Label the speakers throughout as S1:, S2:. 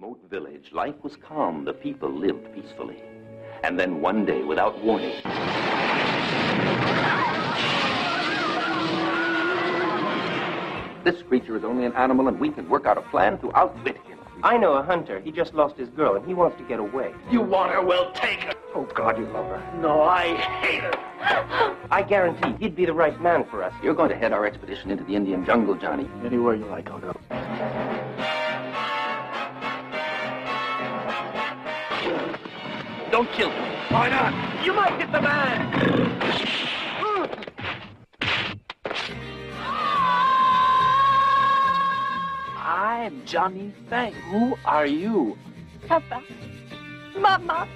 S1: remote village, life was calm. The people lived peacefully. And then one day, without warning, this creature is only an animal, and we can work out a plan to outwit him.
S2: I know a hunter. He just lost his girl, and he wants to get away.
S1: You want her? Well, take her.
S2: Oh, God, you love her.
S1: No, I hate her.
S2: I guarantee he'd be the right man for us.
S1: You're going to head our expedition into the Indian jungle, Johnny.
S3: Anywhere you like, I'll go.
S1: Don't kill him. Why not? You might get the man.
S4: I'm Johnny Fang. Who are you?
S5: Papa. Mama.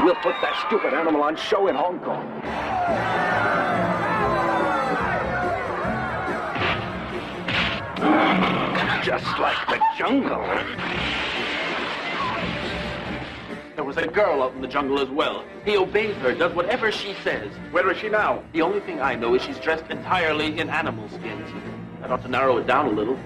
S3: We'll put that stupid animal on show in Hong Kong.
S1: Just like the jungle.
S4: There was a girl out in the jungle as well. He obeys her, does whatever she says.
S3: Where is she now?
S4: The only thing I know is she's dressed entirely in animal skins. That ought to narrow it down a little.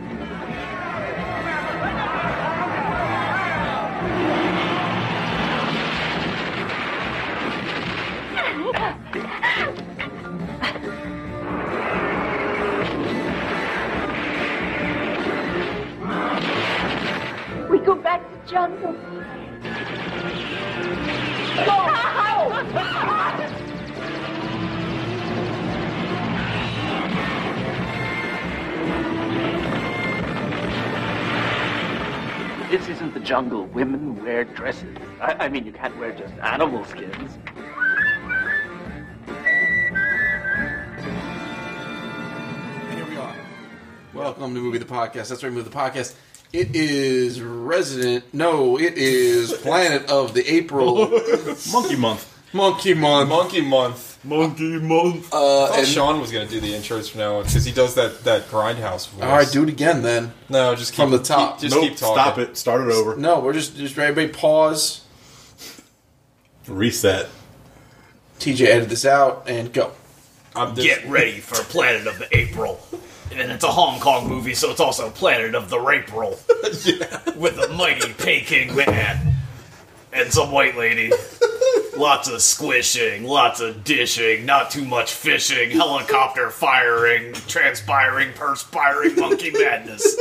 S5: We go back to jungle.
S4: This isn't the jungle. Women wear dresses. I, I mean, you can't wear just animal skins.
S6: And here we are. Welcome to Movie the Podcast. That's right, Movie the Podcast. It is resident. No, it is Planet of the April
S7: Monkey Month.
S6: Monkey Month.
S7: Monkey Month.
S3: Monkey month.
S6: Uh,
S7: I thought
S6: and-
S7: Sean was going to do the intros from now on because he does that, that grindhouse voice.
S6: all right, do it again then.
S7: No, just keep,
S6: From the top.
S7: Keep, just
S6: Nope,
S7: keep talking.
S6: stop
S7: it.
S8: Start it over.
S6: No, we're just just everybody pause.
S8: Reset.
S6: TJ edit this out and go.
S7: I'm just,
S9: Get ready for Planet of the April. And it's a Hong Kong movie, so it's also Planet of the April. With a mighty Peking man. And some white lady. Lots of squishing, lots of dishing, not too much fishing, helicopter firing, transpiring, perspiring monkey madness.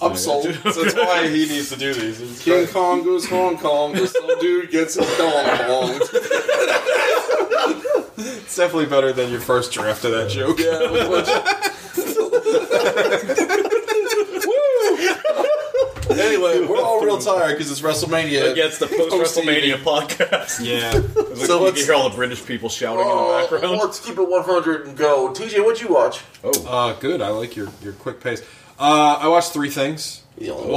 S6: I'm sold.
S7: so that's why he needs to do these. It's
S6: King
S7: great.
S6: Kong goes Hong Kong. This little dude gets his dong bonged.
S7: It's definitely better than your first draft of that joke.
S6: Anyway, we're all real tired because it's WrestleMania.
S9: Against the post WrestleMania podcast.
S7: yeah.
S6: So
S9: you can
S6: let's-
S9: hear all the British people shouting
S6: Uh,
S9: in the background.
S6: let's keep it 100 and go. TJ, what'd you watch?
S7: Uh, good. I like your, your quick pace. Uh, I watched three things. Well,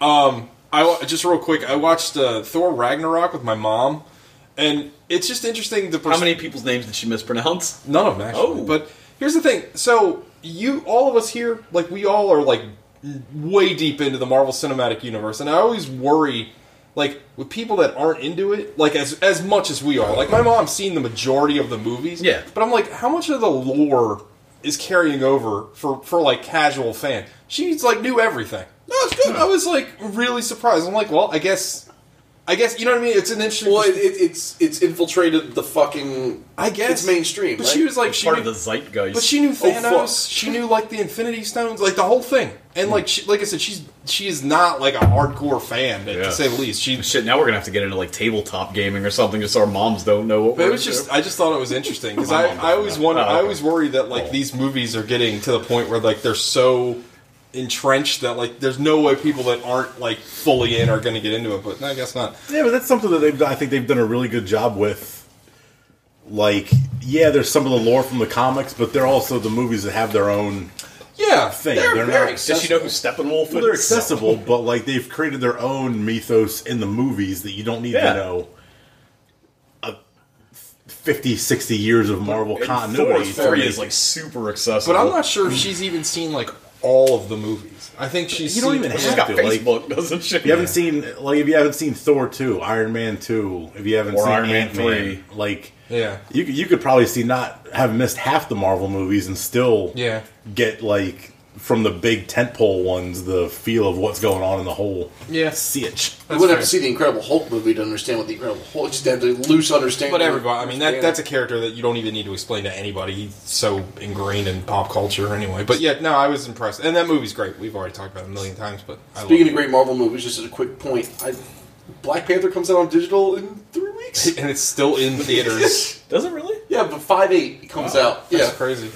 S7: I- Um, I wa- just real quick. I watched uh, Thor Ragnarok with my mom, and it's just interesting. The pers-
S9: How many people's names did she mispronounce?
S7: None of them actually.
S9: Oh.
S7: But here's the thing. So you, all of us here, like we all are like way deep into the Marvel Cinematic Universe, and I always worry, like with people that aren't into it, like as as much as we are. Like my mom's seen the majority of the movies.
S9: Yeah.
S7: But I'm like, how much of the lore is carrying over for for like casual fan? She's like knew everything. No, it's good. I was like really surprised. I'm like, well, I guess I guess you know what I mean. It's an interesting.
S6: Well, it, it, it's it's infiltrated the fucking.
S7: I guess
S6: it's mainstream.
S7: But
S6: right?
S7: she was like,
S10: It's
S7: she
S10: part
S7: knew,
S10: of the zeitgeist.
S7: but she knew Thanos.
S6: fuck.
S7: she knew like the Infinity Stones, like the whole thing. And like, she, like I said, she's she is not like a hardcore fan
S10: Yeah.
S7: to say the least. She.
S10: Shit, now we're gonna have to get into like tabletop gaming or something, just so our moms don't know what
S7: But
S10: we're
S7: it was just,
S10: into.
S7: I just thought it was interesting because
S10: My
S7: I,
S10: mom
S7: I always
S10: doesn't know.
S7: wonder,
S10: Oh, okay.
S7: I always worry that like these movies are getting to the point where like they're so entrenched that like there's no way people that aren't like fully in are going to get into it. But I guess not.
S8: Yeah, but that's something that they've. I think they've done a really good job with. Like, yeah, there's some of the lore from the comics, but they're also the movies that have their own.
S7: Yeah,
S8: Thing.
S7: They're,
S8: They're
S7: very
S8: not-
S10: Does
S7: accessible.
S10: she know who Steppenwolf is?
S8: Well, they're accessible, but like they've created their own mythos in the movies that you don't need
S10: Yeah.
S8: to know. A 50, 60 years of Marvel
S10: And
S8: continuity.
S10: Thor
S8: to
S10: three is
S8: make-
S10: like super accessible.
S7: But I'm not sure if
S6: Mm.
S7: she's even seen like all of the movies. I think she's.
S8: You don't
S7: seen-
S8: even
S10: She's
S8: have
S10: got
S8: to, like-
S10: Facebook, doesn't she?
S8: You haven't seen like if you haven't seen Thor two, Iron Man two, if you haven't
S10: Or
S8: seen
S10: Iron Man
S8: Ant-Man, like
S7: Yeah.
S8: you could- you could probably see not have missed half the Marvel movies and still
S7: Yeah.
S8: get like from the big tentpole ones the feel of what's going on in the whole
S7: Yeah.
S8: sitch.
S6: you wouldn't have
S7: fair.
S6: to see the Incredible Hulk movie to understand what the Incredible Hulk. Just have to loose understanding.
S7: But everybody, I mean, that,
S6: Understanding.
S7: that's a character that you don't even need to explain to anybody. He's so ingrained in pop culture anyway. But yeah, no, I was impressed, and that movie's great. We've already talked about it a million times, but I
S6: Speaking of
S7: love
S6: great Marvel movies, just as a quick point, I, Black Panther comes out on digital in three weeks.
S7: it. and it's still in theaters.
S10: Does it really?
S6: yeah, but five eight comes out.
S7: That's
S6: Yeah,
S7: crazy.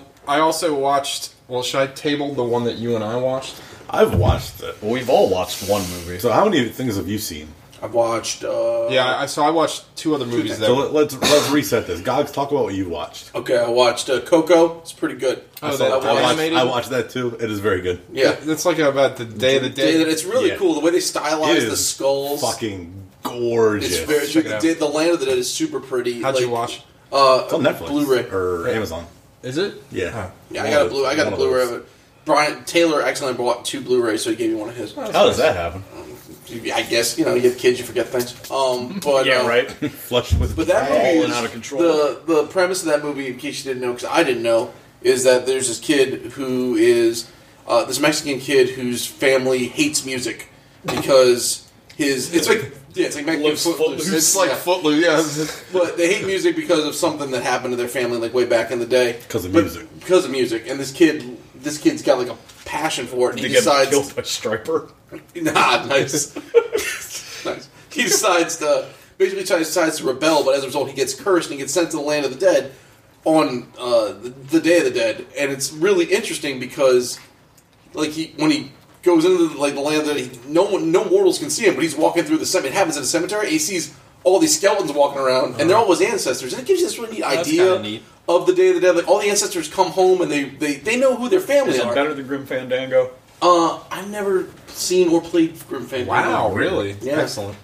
S8: Nice.
S7: I also watched. Well, should I table the one that you and I watched?
S8: I've watched it.
S10: Well, we've all watched one movie.
S8: So how many things have you seen?
S6: I've watched. Uh,
S7: Yeah, I, so I watched two other movies that.
S8: So let, let's let's reset this. Gogs, talk about what you watched.
S6: Okay, I watched uh, Coco. It's pretty good.
S7: Oh,
S6: saw
S7: that-
S6: that
S8: I
S6: one.
S8: watched,
S7: Animated?
S8: I watched that too. It is very good.
S6: Yeah,
S7: That's like about the day of the
S6: Dude,
S7: dead.
S6: it's really
S8: Yeah.
S6: cool the way they
S8: It
S6: stylize
S8: is
S6: the skulls.
S8: fucking gorgeous.
S6: It's very
S7: Check it
S6: the,
S7: out.
S6: the, the Land of the Dead is super pretty.
S7: How'd you
S6: Like,
S7: watch? it?
S8: It's on Oh, Netflix,
S6: Blu-ray.
S8: or Amazon.
S7: Is it?
S8: Yeah,
S6: Yeah, I got a
S8: One
S6: blue. I got a
S8: one
S6: Blu-ray
S8: those.
S6: of it. Brian Taylor accidentally bought two Blu-rays, so he gave me one of his.
S10: How does that happen?
S6: I guess you know you have kids, you forget things. Um, but
S10: yeah,
S6: uh,
S10: right.
S8: Flush with
S6: But that
S10: Falling
S6: movie is
S10: out of control.
S6: The the premise of that movie, in case you didn't know, because I didn't know, is that there's this kid who is uh, this Mexican kid whose family hates music because his it's like yeah it's like Mexican
S10: Loose
S6: footloose.
S10: Footloose.
S7: It's like
S6: yeah.
S7: Footloose. Yeah.
S6: but they hate music because of something that happened to their family like way back in the day
S8: 'Cause of
S6: But-
S8: music.
S6: because of music and this kid this kid's got like a passion for it and
S10: Did
S6: he
S10: you get
S6: decides
S10: killed by Striper?
S6: Nah, nice. nice. He decides to basically tries, decides to rebel, but as a result, he gets cursed and he gets sent to the land of the dead on uh, the, the day of the dead. And it's really interesting because, like, he when he goes into the, like the land of the dead, he, no one, no mortals can see him, but he's walking through the cemetery. It happens in the cemetery. And he sees all these skeletons walking around, and they're all his ancestors. And it gives you this really neat idea
S7: kinda neat.
S6: of the day of the dead. Like all the ancestors come home, and they they, they know who their family
S10: Is
S6: are.
S10: it better than Grim Fandango?
S6: Uh, I've never seen or played Grim Fandango.
S7: Wow, really?
S6: Yeah.
S7: Excellent.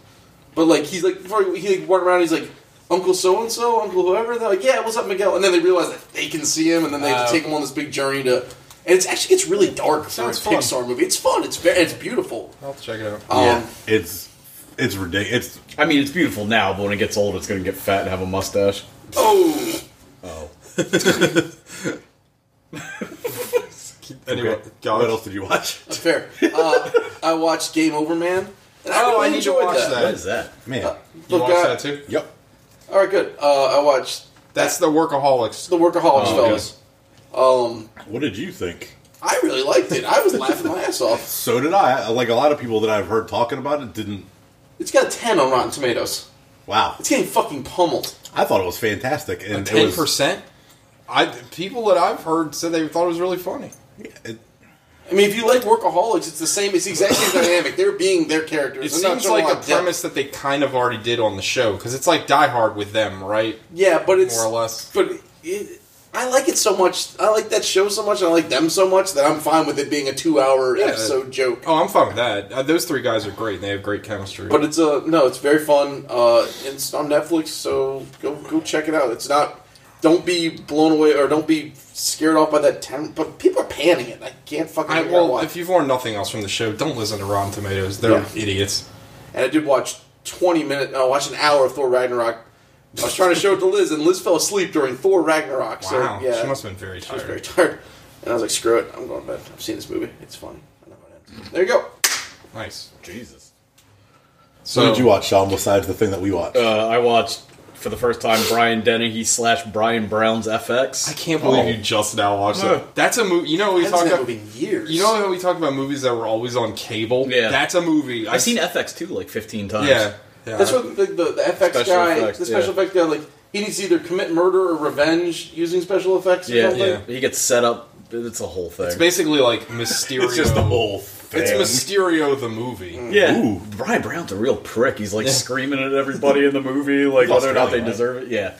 S6: But like he's like before he like walking around, he's like Uncle so and so, Uncle whoever. And they're like, yeah, what's up, Miguel? And then they realize that they can see him, and then they have
S7: Uh,
S6: to take him on this big journey to. And it's actually gets really dark for a
S7: Sounds fun.
S6: Pixar movie. It's fun. It's very, it's beautiful.
S7: I'll check it out.
S6: Um,
S8: yeah, Oh, it's it's ridiculous. It's
S10: I mean, it's beautiful now, but when it gets old, it's going to get fat and have a mustache.
S6: Oh,
S7: Anyway,
S8: what else did you watch?
S6: that's fair. Uh, I watched Game Over Man. And I
S7: Oh,
S6: really
S7: I need to
S6: enjoyed
S7: watch that.
S10: What is that?
S8: Man,
S7: You
S6: Look,
S7: watched
S6: uh,
S7: that too?
S8: yep.
S6: All right, good. Uh, I watched
S7: That's the workaholics.
S6: the Workaholics
S10: Oh, okay.
S6: fellas. Um,
S8: What did you think?
S6: I really liked it. I was laughing my ass off.
S8: So did I. Like a lot of people that I've heard talking about it didn't.
S6: It's got a ten on Rotten Tomatoes.
S8: Wow,
S6: It's getting fucking pummeled.
S8: I thought it was fantastic, and it
S7: Ten
S8: was.
S7: percent. I people that I've heard said they thought it was really funny.
S8: It,
S6: I mean, if you like workaholics, it's the same. It's the exact same dynamic. They're being their characters.
S7: It
S6: They're not
S7: seems
S6: showing
S7: like a
S6: lot of depth.
S7: premise that they kind of already did on the show because it's like Die Hard with them, right?
S6: Yeah, but it's
S7: More or less.
S6: But it, I like it so much. I like that show so much. And I like them so much that I'm fine with it being a two-hour episode joke.
S7: Oh, I'm fine with that. Uh, those three guys are great. and They have great chemistry.
S6: But it's a no. It's very fun. Uh, it's on Netflix, so go go check it out. It's not. Don't be blown away or don't be scared off by that ten. But people are panning it. I can't fucking.
S7: I,
S6: figure out
S7: well,
S6: why.
S7: if you've learned nothing else from the show, don't listen to Rotten Tomatoes. They're
S6: Yeah.
S7: idiots.
S6: and I did watch 20 minutes, I watched an hour of Thor Ragnarok. I was trying to show it to Liz, and Liz fell asleep during Thor Ragnarok. so,
S7: Wow,
S6: yeah,
S7: she must have been very
S6: I was very
S7: tired.
S6: tired. And I was like, screw it, I'm going to bed. I've seen this movie. It's funny. I know how it ends. There you go.
S7: Nice.
S10: Jesus.
S7: So
S8: what did you watch, Sean, besides the thing that we watched?
S9: Uh, I watched for the first time Brian Dennehy slash Brian Brown's FX.
S7: I can't believe you just now watched
S9: No.
S7: that. That's a movie. You know we
S6: That's
S7: talked
S6: that
S7: about.
S6: movie years.
S7: You know how we talk about movies that were always on cable.
S9: Yeah.
S7: that's a movie.
S9: I've seen FX too like 15 times.
S7: Yeah, yeah.
S6: That's what the, the, the FX
S9: Special
S6: guy,
S9: effects,
S6: the special effects guy, like he needs to either commit murder or revenge using special effects. Or
S9: Yeah,
S6: something.
S9: yeah. He gets set up. It's a whole thing.
S7: It's basically like Mysterio.
S8: It's just the whole thing.
S7: It's Mysterio the movie.
S6: Mm.
S9: yeah.
S8: Ooh.
S9: Brian Brown's a real prick. He's like screaming at everybody in the movie, like
S8: Lost
S9: whether or not
S8: Valley,
S9: they
S8: right?
S9: deserve it. Yeah.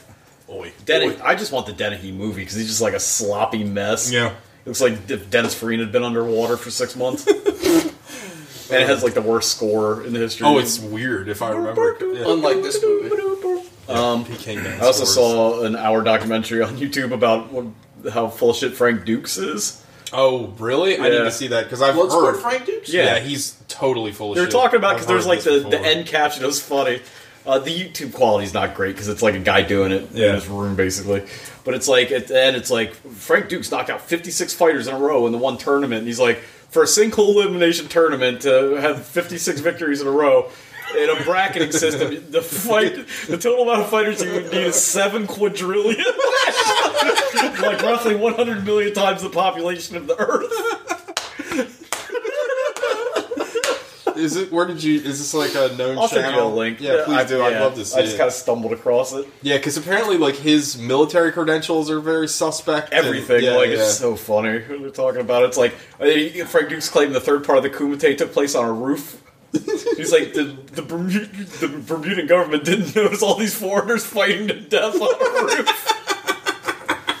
S8: Oy.
S9: Dennehy,
S8: Oy.
S9: I just want the Dennehy movie because he's just like a sloppy mess.
S7: Yeah.
S9: It looks like if Dennis Farina had been underwater for six months. and it has like the worst score in the history.
S7: Oh, it's weird if I remember. Yeah.
S6: Unlike this movie,
S7: PK
S9: I also saw an hour documentary on YouTube about what, how full of shit Frank Dukes is.
S7: Oh, really? I need
S9: Yeah.
S7: to see that because I've
S6: Bloodsport,
S7: heard.
S6: Frank Dukes.
S7: yeah.
S9: Yeah.
S7: he's totally full of
S9: They were
S7: shit.
S9: talking about because
S7: I've
S9: there's
S7: heard this
S9: like the, the
S7: before.
S9: end caption. It was funny. Uh, the YouTube quality's not great because it's like a guy doing it
S7: Yeah.
S9: in his room, basically. But it's like at the end, it's like Frank Duke's knocked out 56 fighters in a row in the one tournament. And he's like, for a single elimination tournament to have 56 victories in a row. In a bracketing system, the fight, the total amount of fighters you would need is seven quadrillion, like roughly 100 million times the population of the Earth.
S7: Is it? Where did you? Is this like a known channel?
S9: I'll send you a link.
S7: Yeah, please
S9: I-
S7: do. I'd
S9: yeah,
S7: love to see
S9: I just
S7: it.
S9: kind of stumbled across it.
S7: Yeah, because apparently, like his military credentials are very suspect. and-
S9: everything.
S7: yeah,
S9: like
S7: yeah.
S9: it's so funny. They're talking about it. it's like I mean, Frank Duke's claiming the third part of the Kumite took place on a roof. He's like the the, Bermuda, the Bermudan government didn't notice all these foreigners fighting to death on a roof.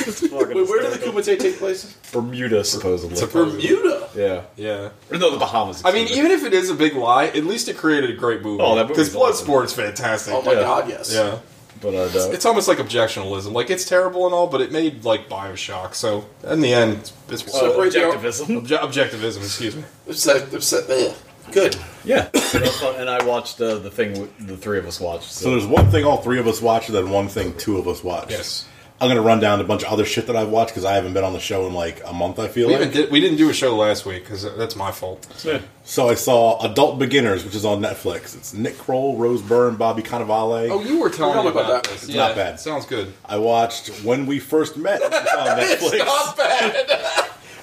S9: It's fucking
S6: Wait, where did the
S9: hysterical.
S6: Kumite take place?
S9: Bermuda supposedly?
S7: Supposedly.
S6: Bermuda.
S9: yeah,
S7: Yeah.
S9: or no, the Bahamas.
S7: I mean, even if it is a big lie, at least it created a great movie.
S9: Oh, that movie's
S7: because Bloodsport's fantastic.
S6: Oh my
S9: Yeah.
S6: God! Yes.
S7: yeah,
S9: but uh, no.
S7: it's almost like objectionalism. Like it's terrible and all, but it made like Bioshock. So in the end, it's, it's
S9: Uh,
S6: right there-
S9: objectivism.
S7: obje- objectivism. Excuse me.
S6: Upset, upset, eh. Good.
S9: yeah, That's fun. and I watched uh, the thing w- the three of us watched.
S8: So
S9: So,
S8: there's one thing all three of us watched, and then one thing two of us watched.
S7: Yes.
S8: I'm gonna run down a bunch of other shit that I've watched because I haven't been on the show in like a month. I feel
S7: We,
S8: like.
S7: even did, we didn't do a show last week because that's my fault.
S9: yeah.
S8: so I saw Adult Beginners, which is on Netflix. It's Nick Kroll, Rose Byrne, Bobby Cannavale.
S7: Oh, you were telling
S6: Tell
S7: me
S6: me
S7: about,
S6: about that.
S7: this.
S8: It's not bad.
S7: Sounds good.
S8: I watched When We First Met, which is on Netflix.
S6: Not bad.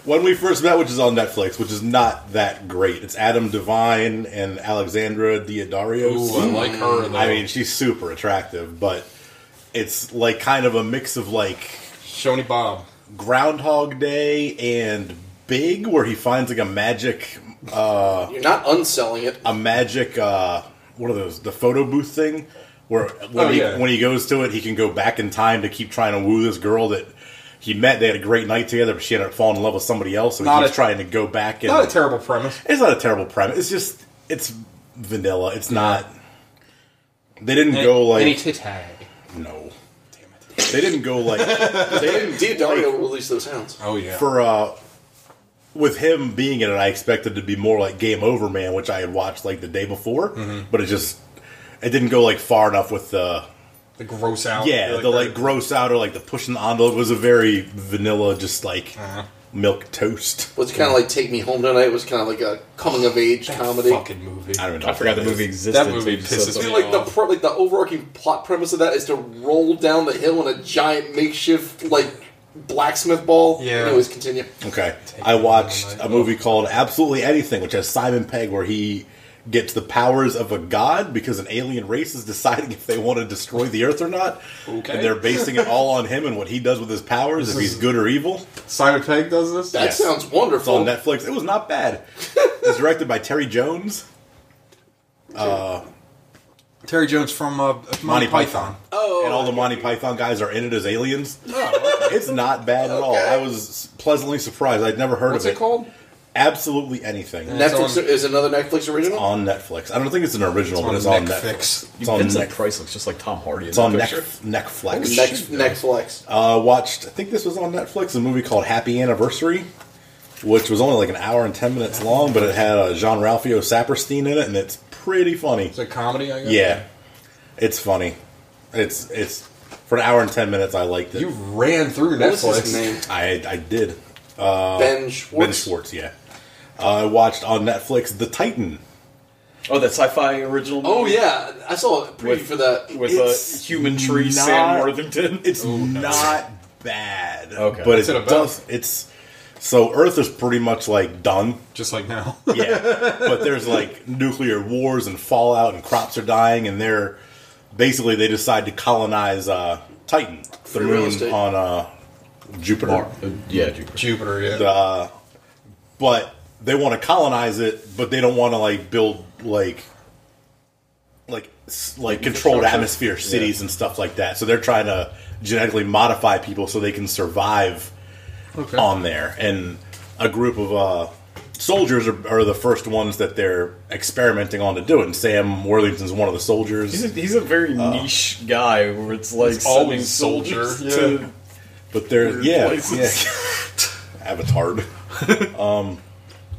S8: When We First Met, which is on Netflix, which is not that great. It's Adam Devine and Alexandra Diodarios.
S7: Ooh, I like her. Though.
S8: I mean, she's super attractive, but it's like kind of a mix of like
S7: Shoney Bob.
S8: Groundhog Day and Big, where he finds like a magic, uh,
S6: You're not unselling it.
S8: a magic, uh, what are those? The photo booth thing, where when
S7: Oh,
S8: he
S7: yeah.
S8: when he goes to it, he can go back in time to keep trying to woo this girl that he met. They had a great night together, but she ended up falling in love with somebody else, so
S7: Not
S8: he's
S7: a-
S8: trying to go back. And,
S7: Not a terrible premise.
S8: it's not a terrible premise. It's just it's vanilla. It's not. They didn't go like
S7: tag.
S8: no. They didn't go like
S6: Dear Dario will release those hounds.
S7: Oh yeah.
S8: for uh with him being in it i expected to be more like game over man which i had watched like the day before but it just it didn't go like far enough with the
S7: the gross out.
S8: yeah the like gross out or like the pushing the envelope It was a very vanilla just like milk toast
S6: Was kind of like Take Me Home Tonight? Was kind of like a coming of age comedy.
S7: fucking movie.
S8: i don't even know
S9: I
S8: what
S9: forgot the
S8: that
S9: movie
S8: is.
S9: existed.
S7: That movie
S9: so it's
S7: pisses
S9: like-
S7: me
S6: Dude, like the
S7: off.
S6: pro, like the overarching plot premise of that is to roll down the hill in a giant makeshift like blacksmith ball.
S7: Yeah.
S6: Anyways, continue.
S8: okay i watched a movie called absolutely anything which has simon pegg where he gets the powers of a god because an alien race is deciding if they want to destroy the earth or not
S7: Okay.
S8: and they're basing it all on him and what he does with his powers if he's good or evil
S7: Simon Pegg does this.
S6: That
S8: Yes.
S6: sounds
S8: It's on
S6: wonderful.
S8: Netflix. It was not bad. it's directed by Terry Jones.
S7: Terry Jones from uh,
S8: Monty Python. Oh, and all the Monty Python guys are in it as aliens. it's not bad at all.
S6: Okay.
S8: I was pleasantly surprised. I'd never heard
S6: What's
S8: of it.
S6: it called?
S8: Absolutely anything
S6: Netflix
S7: on-
S6: is another Netflix original.
S8: on Netflix. I don't think it's an original, but it's
S7: on
S8: on
S7: Netflix.
S8: Netflix. It's on
S9: Vincent
S8: Neck.
S9: Price looks just like Tom Hardy. In
S8: It's on
S9: that
S8: Neck
S9: picture.
S8: Netflix.
S6: Next, Netflix.
S8: Uh, watched. I think this was on Netflix. A movie called Happy Anniversary, which was only like an hour and ten minutes long, but it had uh, John Ralphio Saperstein in it, and it's pretty funny.
S7: It's a comedy, I guess.
S8: Yeah, it's funny. It's it's for an hour and ten minutes. I liked it.
S7: You ran through
S6: What was
S7: Netflix.
S6: his name?
S8: I I did.
S6: ben
S8: Ben
S6: Schwartz.
S8: Uh, Schwartz. Yeah, I watched on Netflix The Titan,
S9: Oh, that sci-fi original. Movie?
S6: Oh yeah, I saw a preview
S9: With-
S6: for that.
S9: with a human tree, Sam Worthington.
S8: It's not bad.
S9: Oh, Okay.
S8: But
S9: What's
S8: it,
S9: it about?
S8: does. It's so Earth is pretty much like done,
S7: just like now.
S8: yeah, but there's like nuclear wars and fallout, and crops are dying, and they're basically they decide to colonize uh, Titan, the
S6: Free real
S8: moon
S6: estate.
S8: on uh, Jupiter.
S9: uh, yeah, Jupiter.
S7: Jupiter, yeah.
S8: Uh, but they want to colonize it, but they don't want to like build like like s- like controlled atmosphere cities and stuff like that. So they're trying to genetically modify people so they can survive
S7: Okay.
S8: on there. And a group of uh, soldiers are, are the first ones that they're experimenting on to do it. And Sam Worthington's one of the soldiers.
S9: He's a, he's a very niche guy where it's like
S8: He's
S9: sending
S8: always soldier,
S9: soldiers
S8: yeah.
S9: to
S8: but they're
S9: weird
S8: yeah,
S9: places.
S8: yeah. Avatar. um,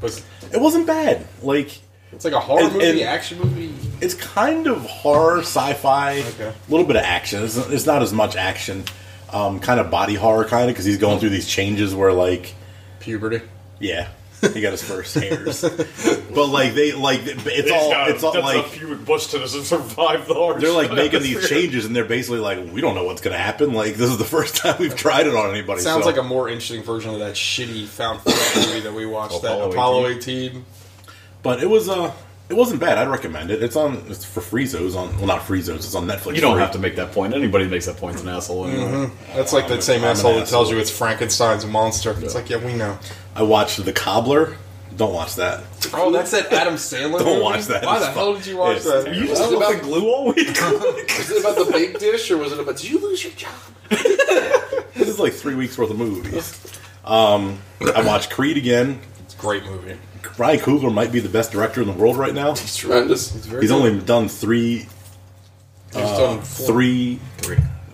S7: but
S8: it wasn't bad. Like
S7: it's like a horror
S8: And-
S7: movie,
S8: and-
S7: action movie.
S8: it's kind of horror, sci-fi, a
S7: Okay.
S8: little bit of action. It's, it's not as much action. Um, kind of body horror, kind of because he's going through these changes where like
S7: Puberty.
S8: yeah. He got his first hairs, but like they like it's
S9: He's
S8: all
S9: got-
S8: it's all
S9: that's
S8: like
S9: a pubic bush to survive the harsh
S8: they're like making these
S9: atmosphere.
S8: changes and they're basically like we don't know what's going to happen like this is the first time we've tried it on anybody
S7: Sounds
S8: so-
S7: like a more interesting version of that shitty found footage movie that we watched,
S8: Apollo
S7: that Apollo 18.
S8: but it was uh it wasn't bad i'd recommend it it's on it's for freezos on well not freezos it's on netflix
S9: You don't
S8: free.
S9: have to make that point. Anybody that makes that point's an asshole. Anyway.
S7: That's like that same
S8: Oh, I'm an
S7: asshole that
S8: asshole.
S7: tells you it's Frankenstein's monster. It's like, yeah, we know.
S8: i watched the cobbler don't watch that
S7: Oh, that's that Adam Sandler.
S8: Don't movie? watch that.
S7: Why
S8: It's
S7: the hell
S8: fu-
S7: did you watch
S8: it's
S7: that?
S8: terrible.
S9: You just
S6: Well,
S9: about
S6: about-
S9: the glue all week.
S6: Was it about the baked dish or was it about? Did you lose your job?
S8: this is like three weeks worth of movies um i watched creed again
S7: It's a great movie.
S8: ryan coogler might be the best director in the world right now
S6: It's tremendous.
S8: he's only done three
S7: He's done four-
S8: Uh, three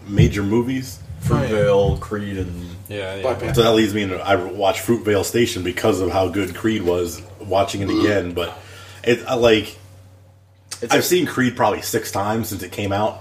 S8: major movies
S9: Fruitvale, Creed, and
S7: Yeah, yeah.
S6: Black Panther.
S8: So that leads me into I watched Fruitvale Station because of how good Creed was. Watching it again, but it I like I've seen Creed probably six times since it came out,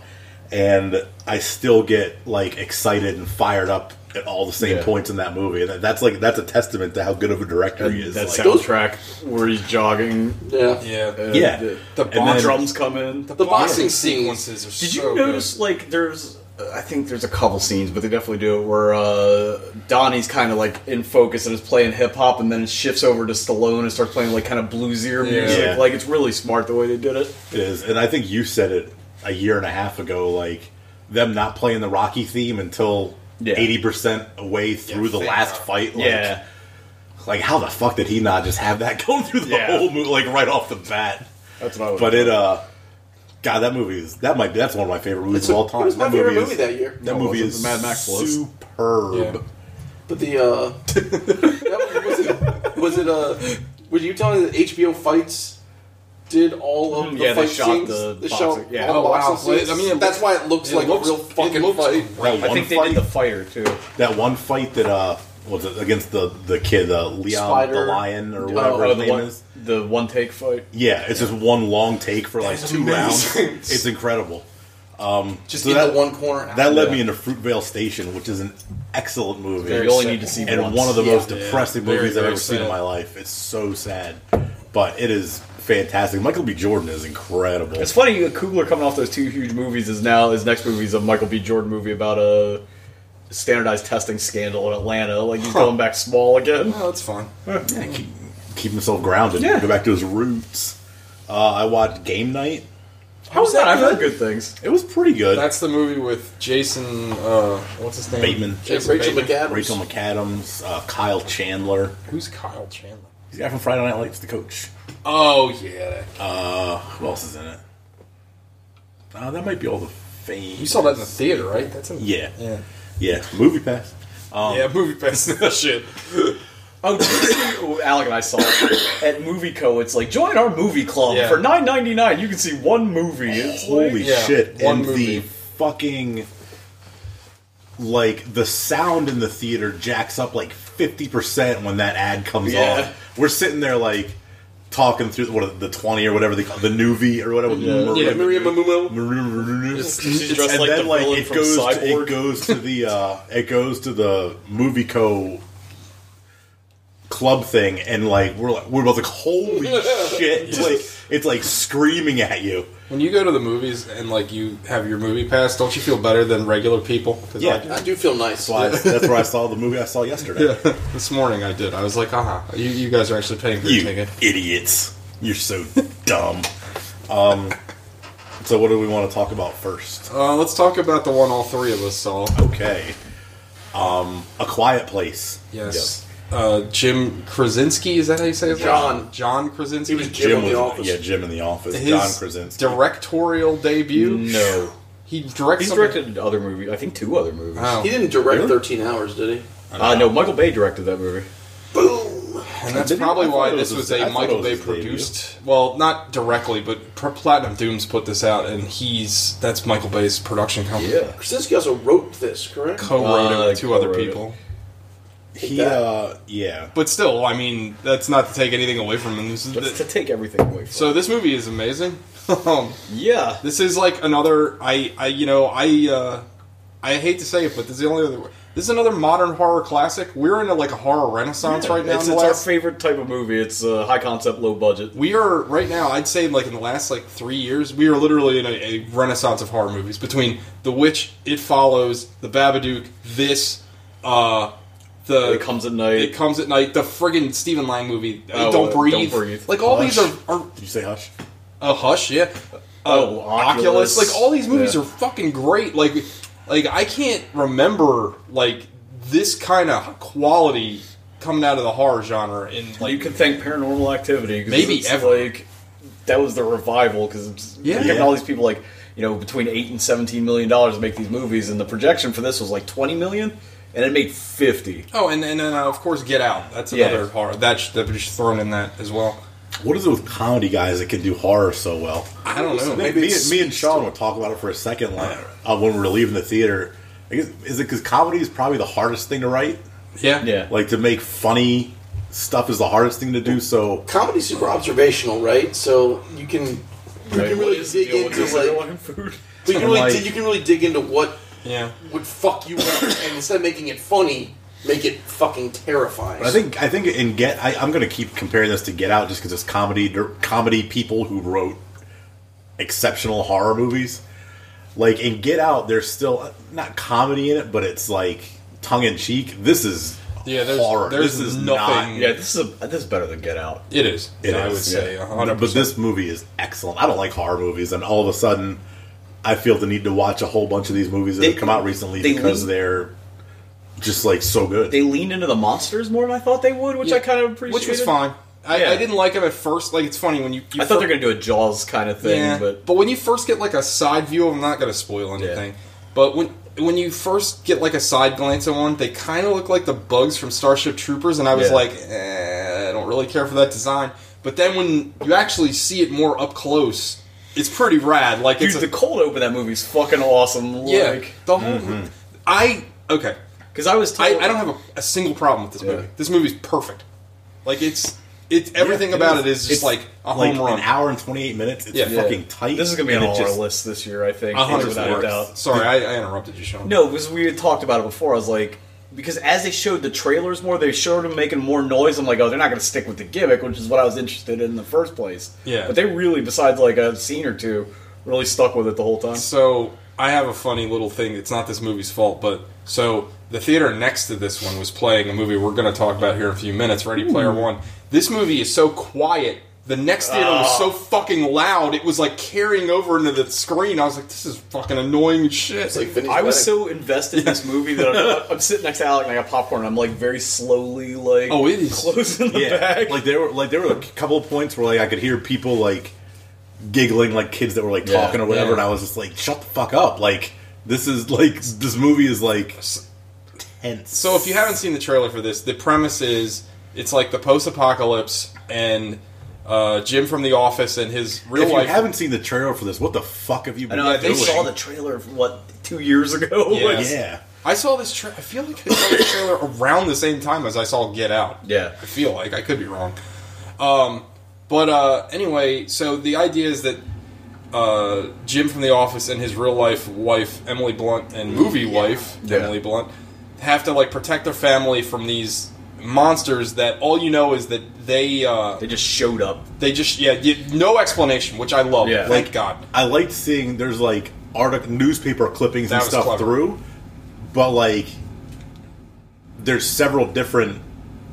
S8: and I still get like excited and fired up at all the same
S9: Yeah.
S8: points in that movie. And that's like that's a testament to how good of a director he is.
S9: that
S8: like,
S9: soundtrack where he's jogging.
S6: Yeah.
S7: Yeah.
S9: uh,
S8: Yeah.
S9: the,
S7: The
S9: and
S7: boxing-
S9: the drums come in.
S6: The boxing scenes.
S7: sequences are
S9: Did
S7: so
S9: you notice like there's uh, I think there's a couple scenes, but they definitely do it where uh, Donnie's kind of like in focus and is playing hip hop, and then it shifts over to Stallone and starts playing like kind of bluesier
S7: Yeah.
S9: music.
S8: Yeah.
S9: Like it's really smart the way they did it.
S8: it is, and I think you said it a year and a half ago. Like them not playing the Rocky theme until
S9: Yeah.
S8: eighty percent away through the
S7: thank
S8: last
S7: God.
S8: fight. Like, like how the fuck did he not just have that going through the
S9: Yeah. Oh,
S8: whole movie like right off the bat
S9: that's what I.
S8: but it uh god that movie is that might be that's one of my favorite movies of all time
S6: It was my
S8: that
S6: favorite
S8: movie
S6: movie
S8: is,
S6: that year.
S8: that
S9: No, it
S8: movie
S9: wasn't.
S8: is
S9: The Mad Max was.
S8: superb
S7: Yeah.
S6: But the uh, that was, was it? Was it uh? Were you telling me that HBO fights did all of
S9: Mhm,
S6: the
S9: yeah, they
S6: fight
S9: shot
S6: scenes?
S9: the
S6: they
S9: boxing-
S6: shot
S9: yeah.
S6: all the
S7: Oh, wow.
S6: boxing scenes.
S7: I mean, it
S6: that's why it looks
S7: it
S6: like
S7: looks-
S6: a real
S7: it
S6: fucking
S7: looks
S6: fight.
S8: that
S9: I
S8: one
S9: think they
S8: fight
S9: did the fire too.
S8: that one fight that uh was it against the the kid uh leon the
S6: Spider.
S8: lion or whatever his
S9: Oh, the,
S8: name
S9: one,
S8: is
S9: the one take fight.
S8: yeah it's just one long take for like two rounds it's incredible
S6: Just
S8: So
S6: in
S8: that-
S6: the one corner. and out.
S8: that led
S9: Yeah.
S8: me into fruitvale station which is an excellent movie
S9: You only need to see
S8: and
S9: once.
S8: one of the
S6: Yeah.
S8: most depressing
S7: Very,
S8: movies I've
S7: very
S8: ever seen in
S7: sad.
S8: my life. It's so sad, but it is fantastic. Michael B. Jordan is incredible.
S9: It's funny. uh, Coogler coming off those two huge movies is now his next movie is a Michael B. Jordan movie about a standardized testing scandal in Atlanta. Like he's going back small again.
S7: Oh, that's fun.
S8: keep, keep himself grounded.
S9: Yeah.
S8: Go back to his roots. Uh, I watched Game Night.
S9: How was that? I've heard good things.
S8: It was pretty good.
S7: That's the movie with Jason. Uh, what's his name?
S8: Bateman.
S7: Jason
S6: Rachel
S7: Bateman.
S6: McAdams.
S8: Rachel McAdams, uh, Kyle Chandler.
S7: Who's Kyle Chandler?
S8: He's the guy from Friday Night Lights, the coach.
S7: Oh yeah,
S8: Uh, who else is in it? Uh, that might be all the fame.
S7: you saw that in the theater, right? That's in
S8: Yeah.
S7: yeah,
S8: Yeah. Movie Pass.
S7: yeah. Movie pass that shit.
S9: Oh, did you see- oh, Alec and I saw it at MovieCo. It's like join our movie club
S7: Yeah.
S9: for nine ninety nine. You can see one movie. It's like-
S8: Holy
S7: Yeah,
S8: shit!
S7: one
S8: and
S7: movie.
S8: the fucking like the sound in the theater jacks up like fifty percent when that ad comes
S9: Yeah.
S8: on. We're sitting there like talking through what the twenty or whatever they call the newbie or whatever.
S7: Yeah, Maria Mamumo.
S9: she's dressed
S8: and
S9: like
S8: then
S9: the
S8: like
S9: villain
S8: it
S9: from
S8: goes, to,
S9: Cyborg.
S8: it goes to the uh, it goes to the movie co club thing, and like we're like, we're both like, holy shit! It's like it's like screaming at you.
S7: When you go to the movies and like you have your movie pass, don't you feel better than regular people? 'Cause
S8: Yeah,
S7: I do.
S8: I
S6: do feel nice.
S8: That's why. that's where I saw the movie I saw yesterday.
S7: Yeah, this morning I did. I was like, "Aha! You, you guys are actually paying for
S8: You
S7: your ticket."
S8: idiots! You're so dumb. Um, so what do we want to talk about first?
S7: Uh, let's talk about the one all three of us saw.
S8: Okay. Um, A Quiet Place.
S7: Yes. Uh, Jim Krasinski, is that how you say his name?
S6: John.
S7: John Krasinski.
S8: was- Yeah, Jim in the office.
S7: His
S8: John Krasinski.
S7: directorial debut.
S9: No.
S7: He directs.
S9: He's directed other movie. I think two other movies.
S7: Wow.
S6: He didn't direct
S9: Really?
S6: 13 Hours, did he?
S9: Uh, no, Michael Bay directed that movie.
S7: and that's
S9: Did he?
S7: probably
S9: I thought
S7: why
S9: it was
S7: this was
S9: his- I
S7: a
S9: thought
S7: Michael Bay
S9: it was his debut.
S7: produced. Well, not directly, but Pr- Platinum Dooms put this out, and he's that's Michael Bay's production company.
S6: Krasinski also wrote this, correct?
S7: Co-wrote it
S6: Uh,
S7: with two other
S6: co-wrote it.
S7: people.
S8: He, uh, yeah.
S7: But still, I mean, that's not to take anything away from him. This is
S9: That's to take everything away. From
S7: So this movie is amazing. Um,
S9: yeah,
S7: this is like another. I, I, you know, I, uh, I hate to say it, but this is the only other. This is another modern horror classic. We're in a, like a horror renaissance right now.
S9: It's,
S7: in the
S9: it's our
S7: last-
S9: favorite type of movie. It's uh, high concept, low budget.
S7: we are right now. I'd say like in the last like three years, we are literally in a, a renaissance of horror movies. Between The Witch, It Follows, The Babadook, this, uh, the
S9: It Comes at Night.
S7: It comes at night. The friggin' Stephen Lang movie, uh,
S9: Oh,
S7: Don't,
S9: uh,
S7: breathe.
S9: Don't Breathe.
S7: Like all
S9: Hush.
S7: these are, are
S8: Did you say Hush?
S7: Uh, Hush, yeah. Uh,
S9: Oh, Oculus.
S7: Like all these movies
S9: Yeah.
S7: are fucking great. Like, like I can't remember like this kind of quality coming out of the horror genre. In like,
S9: you can thank Paranormal Activity. 'cause
S7: Maybe
S9: it's
S7: ever.
S9: like that was the revival because
S7: Yeah.
S9: yeah,
S7: Yeah.
S9: all these people like you know between eight and seventeen million dollars to make these movies, and the projection for this was like twenty million, and it made fifty.
S7: oh, and and then uh, of course Get Out. That's
S9: Yeah.
S7: another horror. That's that was just thrown in that as well.
S8: What is it with comedy guys that can do horror so well?
S7: I don't know.
S8: Maybe me, me and Sean would talk about it for a second like, uh, when we were leaving the theater. I guess, is it because comedy is probably the hardest thing to write?
S7: Yeah.
S9: Yeah,
S8: Like to make funny stuff is the hardest thing to do. So
S6: Comedy's super observational, right? So you can you can really dig into like,
S9: food.
S6: but you can really
S8: Like-
S6: dig- you can really dig into what
S7: Yeah.
S6: would fuck you up, and instead of making it funny, make it fucking terrifying.
S8: but I think I think in Get I, I'm going to keep comparing this to Get Out just because it's comedy dir- comedy people who wrote exceptional horror movies. Like in Get Out, there's still not comedy in it, but it's like tongue in cheek. This is
S7: Yeah, there's-
S8: horror.
S7: there's
S8: this is Not,
S7: nothing-
S9: Yeah, this is a, this is better than Get Out.
S7: It is.
S8: It
S7: I
S8: is,
S7: would say.
S8: yeah.
S7: 100%.
S8: But this movie is excellent. I don't like horror movies, and all of a sudden, I feel the need to watch a whole bunch of these movies that
S9: They-
S8: have come out recently
S9: they
S8: because
S9: lean-
S8: they're just like so good.
S9: They leaned into the monsters more than I thought they would, which I kind of
S7: which
S9: appreciated.
S7: was fine. I,
S9: Yeah.
S7: I didn't like him at first. Like it's funny when you. you
S9: I thought
S7: fir-
S9: they're gonna do a Jaws kind of thing, but
S7: when you first get like a side view, I'm not going to spoil anything.
S9: Yeah.
S7: But when when you first get like a side glance at one, they kind of look like the bugs from Starship Troopers, and I was
S9: Yeah.
S7: like, eh, I don't really care for that design. But then when you actually see it more up close, it's pretty rad. Like
S9: dude,
S7: it's a,
S9: the cold open of that movie's fucking awesome.
S7: yeah,
S9: Like,
S7: the whole. I okay.
S9: because I was
S7: I,
S9: told
S7: I don't have a, a single problem with this
S9: Yeah.
S7: movie. This movie's perfect. Like it's it's everything about it is just
S8: It's
S7: like a
S8: like
S7: home run.
S8: an hour and twenty eight minutes. It's
S7: Yeah. Yeah.
S8: fucking tight.
S9: This is gonna be on
S8: and
S9: all
S8: it
S9: our
S8: just-
S9: list this year, I think,
S7: A hundred
S9: without a
S7: percent.
S9: doubt.
S7: Sorry, I, I interrupted you, Sean.
S9: No, because we had talked about it before. I was like, because as they showed the trailers more, they showed them making more noise. I'm like, oh, they're not gonna stick with the gimmick, which is what I was interested in in the first place.
S7: Yeah.
S9: but they really, besides like a scene or two, really stuck with it the whole time.
S7: So I have a funny little thing. It's not this movie's fault, but so the theater next to this one was playing a movie we're going to talk about here in a few minutes. Ready Player One. This movie is so quiet. The next theater was so fucking loud. It was like carrying over into the screen. I was like, this is fucking annoying as shit.
S6: It's like Vinny's
S9: I was
S6: wedding.
S9: so invested in this movie that I'm, I'm sitting next to Alec and I got popcorn. And I'm like very slowly like
S7: Oh, it is.
S9: closing the
S8: yeah.
S9: bag.
S8: Like there were like there were a couple of points where like I could hear people like giggling, like kids that were like
S9: Yeah,
S8: talking or whatever,
S7: yeah.
S8: and I was just like, shut the fuck up. Like this is like this movie is like tense.
S7: So if you haven't seen the trailer for this, the premise is it's like the post-apocalypse and uh, Jim from The Office and his real
S8: if you
S7: life.
S8: haven't seen the trailer for this, what the fuck have you
S9: I
S8: been
S9: know
S8: doing?
S9: they saw the trailer of, what two years ago.
S7: Yeah.
S9: Like,
S8: yeah.
S7: I saw this. Tra- I feel like I saw this trailer around the same time as I saw Get Out.
S9: Yeah.
S7: I feel like I could be wrong. Um, but uh, anyway, so the idea is that uh, Jim from The Office and his real life wife Emily Blunt and movie wife
S9: Yeah.
S7: Emily Blunt have to like protect their family from these monsters that all you know is that they uh, they
S9: just showed up.
S7: They just yeah, you, no explanation, which I love. Thank God.
S8: I liked seeing there's like article newspaper clippings
S7: That
S8: and
S7: was
S8: stuff
S7: clever.
S8: through, but like there's several different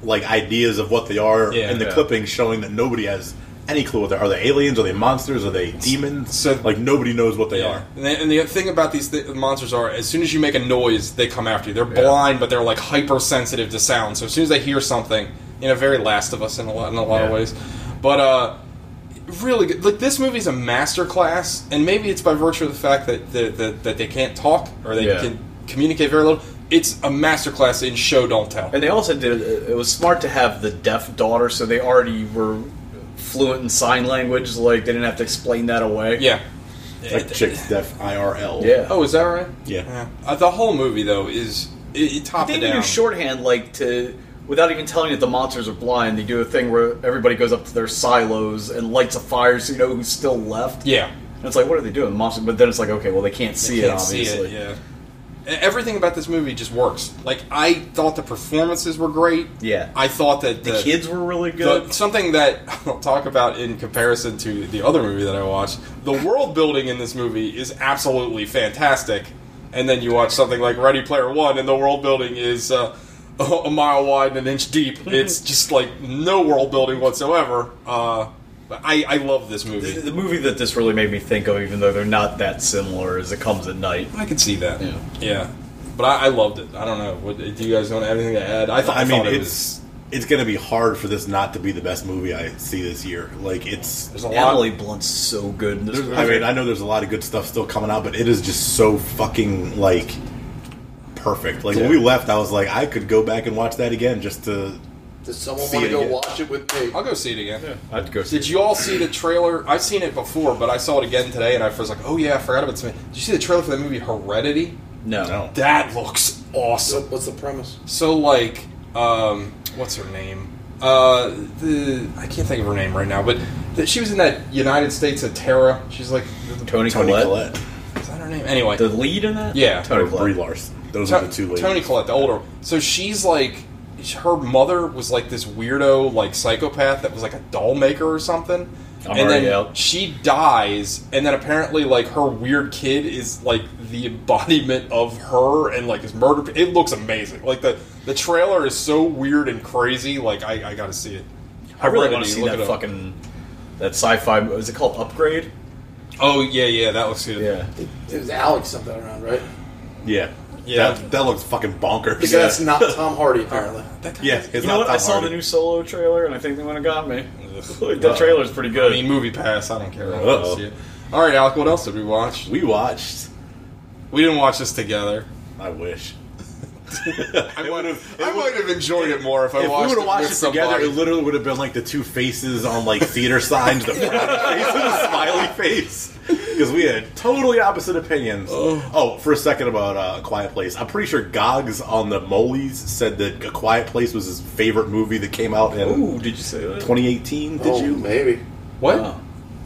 S8: like ideas of what they are
S7: Yeah,
S8: in the
S7: yeah.
S8: clippings showing that nobody has any clue what they are. Are they aliens? Are they monsters? Are they demons? So like nobody knows what they are.
S7: And, the- and the thing about these th- monsters are, as soon as you make a noise, they come after you. They're blind, but they're like hypersensitive to sound. So as soon as they hear something, in a very Last of Us in a lot, in a lot of
S9: Yeah.
S7: ways, but uh, really good. Like this movie's a masterclass, and maybe it's by virtue of the fact that that, that, that they can't talk or they
S9: Yeah.
S7: can communicate very little. It's a masterclass in show don't tell.
S9: And they also did. uh, It was smart to have the deaf daughter, so they already were fluent in sign language. Like they didn't have to explain that away.
S7: Yeah.
S8: Like chicks deaf IRL.
S9: Yeah.
S7: Oh, is that right?
S8: Yeah.
S7: Uh, the whole movie though is it, it top
S9: They
S7: it
S9: even do
S7: down.
S9: shorthand, like to without even telling you that the monsters are blind. They do a thing where everybody goes up to their silos and lights a fire, so you know who's still left.
S7: Yeah.
S9: And it's like, what are they doing, monsters? But then it's like, okay, well they can't see it.
S7: can't see
S9: Obviously,
S7: it, yeah. E- Everything about this movie just works. Like I thought the performances were great.
S9: Yeah.
S7: I thought that the,
S9: kids were really
S7: the-
S9: good.
S7: something that I'll talk about in comparison to the other movie that I watched. The world building in this movie is absolutely fantastic. And then you watch something like Ready Player One, and the world building is uh, a mile wide and an inch deep. It's just like no world building whatsoever. Uh, I, I love this movie.
S9: The movie that this really made me think of, even though they're not that similar, is It Comes at Night.
S7: I can see that.
S9: Yeah.
S7: Yeah, but I, I loved it. I don't know. What, do you guys want anything to add? I, th- I,
S8: I mean,
S7: thought it was.
S8: it's it's gonna be hard for this not to be the best movie I see this year. Like it's there's
S9: a lot- Emily Blunt's so good. In this
S8: I mean, I know there's a lot of good stuff still coming out, but it is just so fucking like perfect. Like when
S7: Yeah.
S8: we left, I was like, I could go back and watch that again just to.
S6: Does someone
S8: See
S6: want
S8: it
S6: to go
S8: again.
S6: watch it with me?
S7: I'll go see it again.
S9: I'd go.
S7: Did you all see the trailer? I've seen it before, but I saw it again today, and I was like, "Oh yeah, I forgot about this." movie." Did you see the trailer for the movie Heredity?
S9: No.
S8: No.
S7: That looks awesome.
S6: What's the premise?
S7: So like, um, what's her name? Uh, the I can't think of her name right now, but th- she was in that United States of Terra. She's like the,
S9: Tony,
S8: Tony
S9: Collette.
S8: Collette,
S7: is that her name? Anyway,
S9: The lead in that?
S7: Yeah.
S9: Tony
S8: or Brie
S9: Collette.
S8: Larson. Those
S7: To-
S8: are the two ladies.
S7: Tony Collette, the older. So she's like, her mother was like this weirdo, like psychopath that was like a doll maker or something.
S9: I'm
S7: and
S9: already
S7: then
S9: out.
S7: she dies, and then apparently, like her weird kid is like the embodiment of her, and like is murder. It looks amazing. Like the the trailer is so weird and crazy. Like I, I gotta see it.
S9: I really want
S7: Heredity,
S9: to see
S7: look
S9: that
S7: it up.
S9: fucking that sci-fi. Is it called Upgrade?
S7: Oh yeah, yeah, that looks good.
S9: Yeah.
S11: It was Alex something around, right?
S8: Yeah,
S7: Yeah.
S8: That, that looks fucking bonkers.
S11: Because that's not Tom Hardy, apparently.
S8: yeah, it's
S9: You
S8: not
S9: know what?
S8: Tom
S9: I saw
S8: Hardy.
S9: the new Solo trailer, and I think they went and got me. Like, the trailer's pretty
S7: uh, I
S9: good.
S7: mean, movie pass. I don't care. I
S8: Uh-oh.
S7: wanna see it. All right, Alec. What else did we watch?
S8: We watched.
S7: We didn't watch this together.
S8: I wish.
S7: I would have. I might have enjoyed it more if I
S8: If we
S7: watched
S8: would
S7: it
S8: have watched
S7: with
S8: it together,
S7: somebody.
S8: it literally would have been like the two faces on like theater signs, the frowny face and the smiley face, because we had totally opposite opinions. Oh. for a second about uh, A Quiet Place, I'm pretty sure Gogs on the Molies said that A Quiet Place was his favorite movie that came out in
S9: Ooh, did you say that?
S8: 2018. Did
S11: oh,
S8: you?
S11: Maybe.
S7: What?
S9: Oh.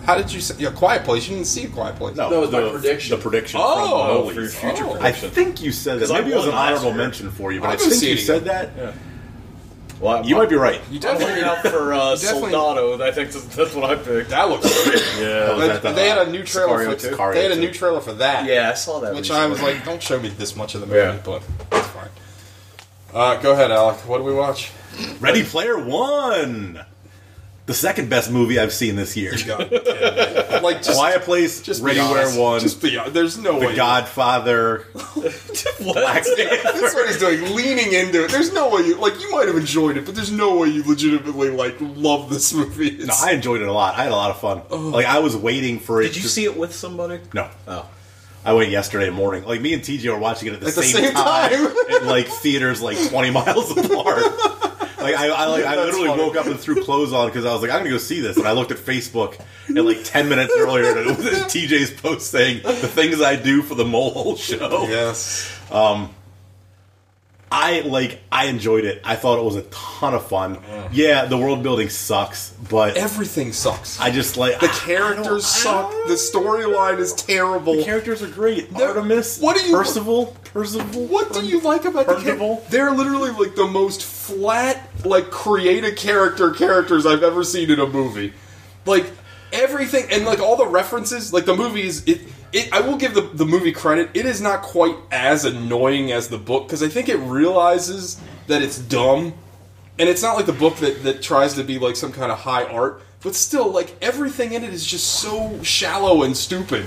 S7: How did you say? Yeah, Quiet Place. You didn't see Quiet Place.
S8: No,
S11: That was
S8: the,
S11: my prediction.
S8: The prediction
S7: Oh,
S8: from the
S9: uh, for your
S8: Molies.
S9: future
S7: Oh.
S8: I
S9: prediction.
S8: think you said that.
S9: 'Cause I
S8: Maybe it was an
S9: won last
S8: honorable
S9: year.
S8: mention for you, but
S7: I'll
S8: I
S7: go
S8: think
S7: see
S8: you
S7: it
S8: said that.
S9: well, I'm,
S8: You might be right.
S7: You
S9: I'm
S7: definitely.
S9: looking out for uh,
S7: Definitely-
S9: Soldado. I think that's, that's what I picked.
S7: that looks. Great.
S8: Yeah, was at the- uh,
S7: they had a new trailer
S9: Sicario
S7: for.
S9: too?
S7: They had a
S8: Sicario
S7: new
S8: too.
S7: trailer for that.
S9: Yeah, I saw that.
S7: Which
S9: recently.
S7: I was like, don't show me this much of the movie,
S9: Yeah.
S7: but it's fine. Uh, go ahead, Alec. What do we watch?
S8: Ready Player One, the second best movie I've seen this year.
S7: God, damn it. like just.
S8: Quiet Place,
S7: just be
S8: Ready Player
S7: honest.
S8: One,
S7: Just be hon- There's no
S8: The
S7: way.
S8: Godfather, Black
S7: That's what he's doing, leaning into it. There's no way you like. You might have enjoyed it, but there's no way you legitimately like love this movie. It's-
S8: No, I enjoyed it a lot. I had a lot of fun.
S7: Oh.
S8: Like I was waiting for it.
S9: Did you
S8: to-
S9: see it with somebody?
S8: No,
S9: Oh.
S8: I went yesterday morning. Like me and TJ were watching it at the,
S7: At the
S8: same,
S7: same time.
S8: time, at like theaters like twenty miles apart. Like I, I, like, I
S7: That's
S8: literally
S7: funny.
S8: woke up and threw clothes on because I was like, I'm gonna go see this, and I looked at Facebook at like ten minutes earlier, and it was TJ's post saying the things I do for the mole show.
S7: Yes.
S8: I like. I enjoyed it. I thought it was a ton of fun. Yeah, the world building sucks, but
S7: everything sucks.
S8: I just like
S7: The characters suck. The storyline is terrible. The
S8: characters are great. Artemis.
S7: What do you
S8: Percival? Percival.
S7: What do you like about the characters? They're literally like the most flat, like create a character characters I've ever seen in a movie. Like everything and like all the references, like the movies. It, it I will give the the movie credit. It is not quite as annoying as the book because I think it realizes that it's dumb and it's not like the book that, that tries to be like some kind of high art but still like everything in it is just so shallow and stupid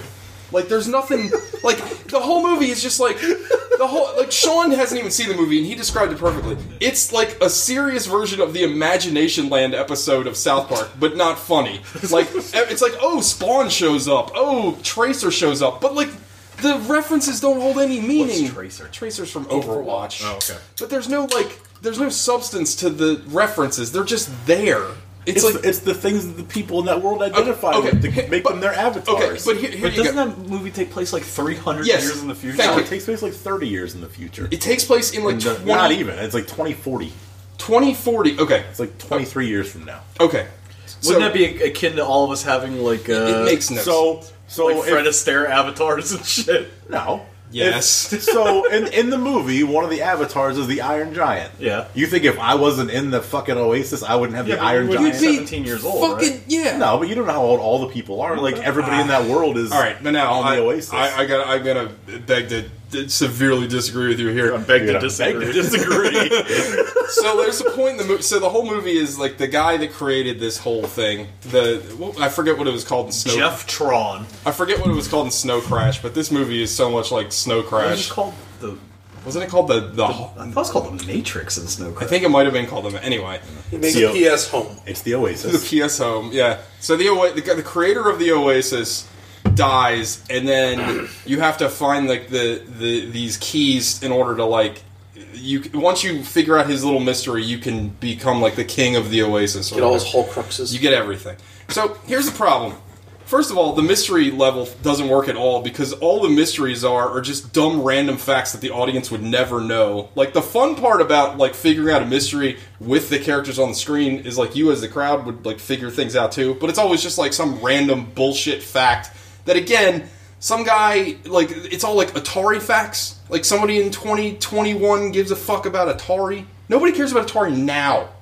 S7: like there's nothing like the whole movie is just like the whole like sean hasn't even seen the movie and he described it perfectly it's like a serious version of the imagination land episode of south park but not funny like it's like oh spawn shows up oh tracer shows up but like the references don't hold any meaning tracer tracer's from overwatch
S9: Oh, okay.
S7: but there's no like, there's no substance to the references. They're just there.
S8: It's
S7: It's, like
S8: the- it's the things that the people in that world identify with to make them their avatars.
S7: but here- here you
S8: doesn't
S7: go.
S8: that movie take place like 300
S7: Yes.
S8: years in the future?
S7: Thank
S8: No,
S7: you.
S8: it takes place like 30 years in the future.
S7: It takes place in, like,
S8: No,
S7: 20
S8: uh, not even. It's like 2040.
S7: 2040. Okay,
S8: it's like 23 years from now.
S7: Okay,
S9: Wouldn't that be akin to all of us having like? Uh,
S8: makes no So- sense. so
S9: like
S8: if-
S9: Fred Astaire avatars and shit.
S8: No.
S7: Yes.
S8: If- so in in the movie, one of the avatars is the Iron Giant.
S9: Yeah.
S8: You think if I wasn't in the fucking Oasis, I wouldn't have
S9: Yeah,
S8: the
S9: but you
S8: Iron
S9: would be
S8: Giant?
S9: 17 years old, fucking- right?
S7: yeah.
S8: No, but you don't know how old all the people are. Like everybody in that world is.
S7: all right. But now
S8: on
S7: I,
S8: the Oasis.
S7: I, I gotta, I'm gonna beg to d- severely disagree with you here. I beg
S8: to Yeah. disagree. Beg to disagree.
S7: so there's a point in the movie. So the whole movie is like the guy that created this whole thing. The what- I forget what it was called in Snow.
S9: Jeff Tron.
S7: I forget what it was called in Snow Crash, but this movie is so much like Snow Crash.
S9: Wasn't it called the?
S7: Wasn't it called the the?
S9: I thought it was called the Matrix in Snow Crash.
S7: I think it might have been called them anyway.
S9: He made the
S8: CO.
S9: PS home.
S8: It's the Oasis.
S7: The PS home, yeah. So the Oa- the, the creator of the Oasis dies, and then you have to find like the, the these keys in order to like you. Once you figure out his little mystery, you can become like the king of the Oasis. or
S11: Get all
S7: whatever.
S11: his Horcruxes.
S7: You get everything. So here's the problem. First of all, the mystery level doesn't work at all because all the mysteries are are just dumb random facts that the audience would never know. Like the fun part about like figuring out a mystery with the characters on the screen is like you as the crowd would like figure things out too, but it's always just like some random bullshit fact that again, some guy like it's all like Atari facts. Like somebody in 2021 gives a fuck about Atari. Nobody cares about Atari now.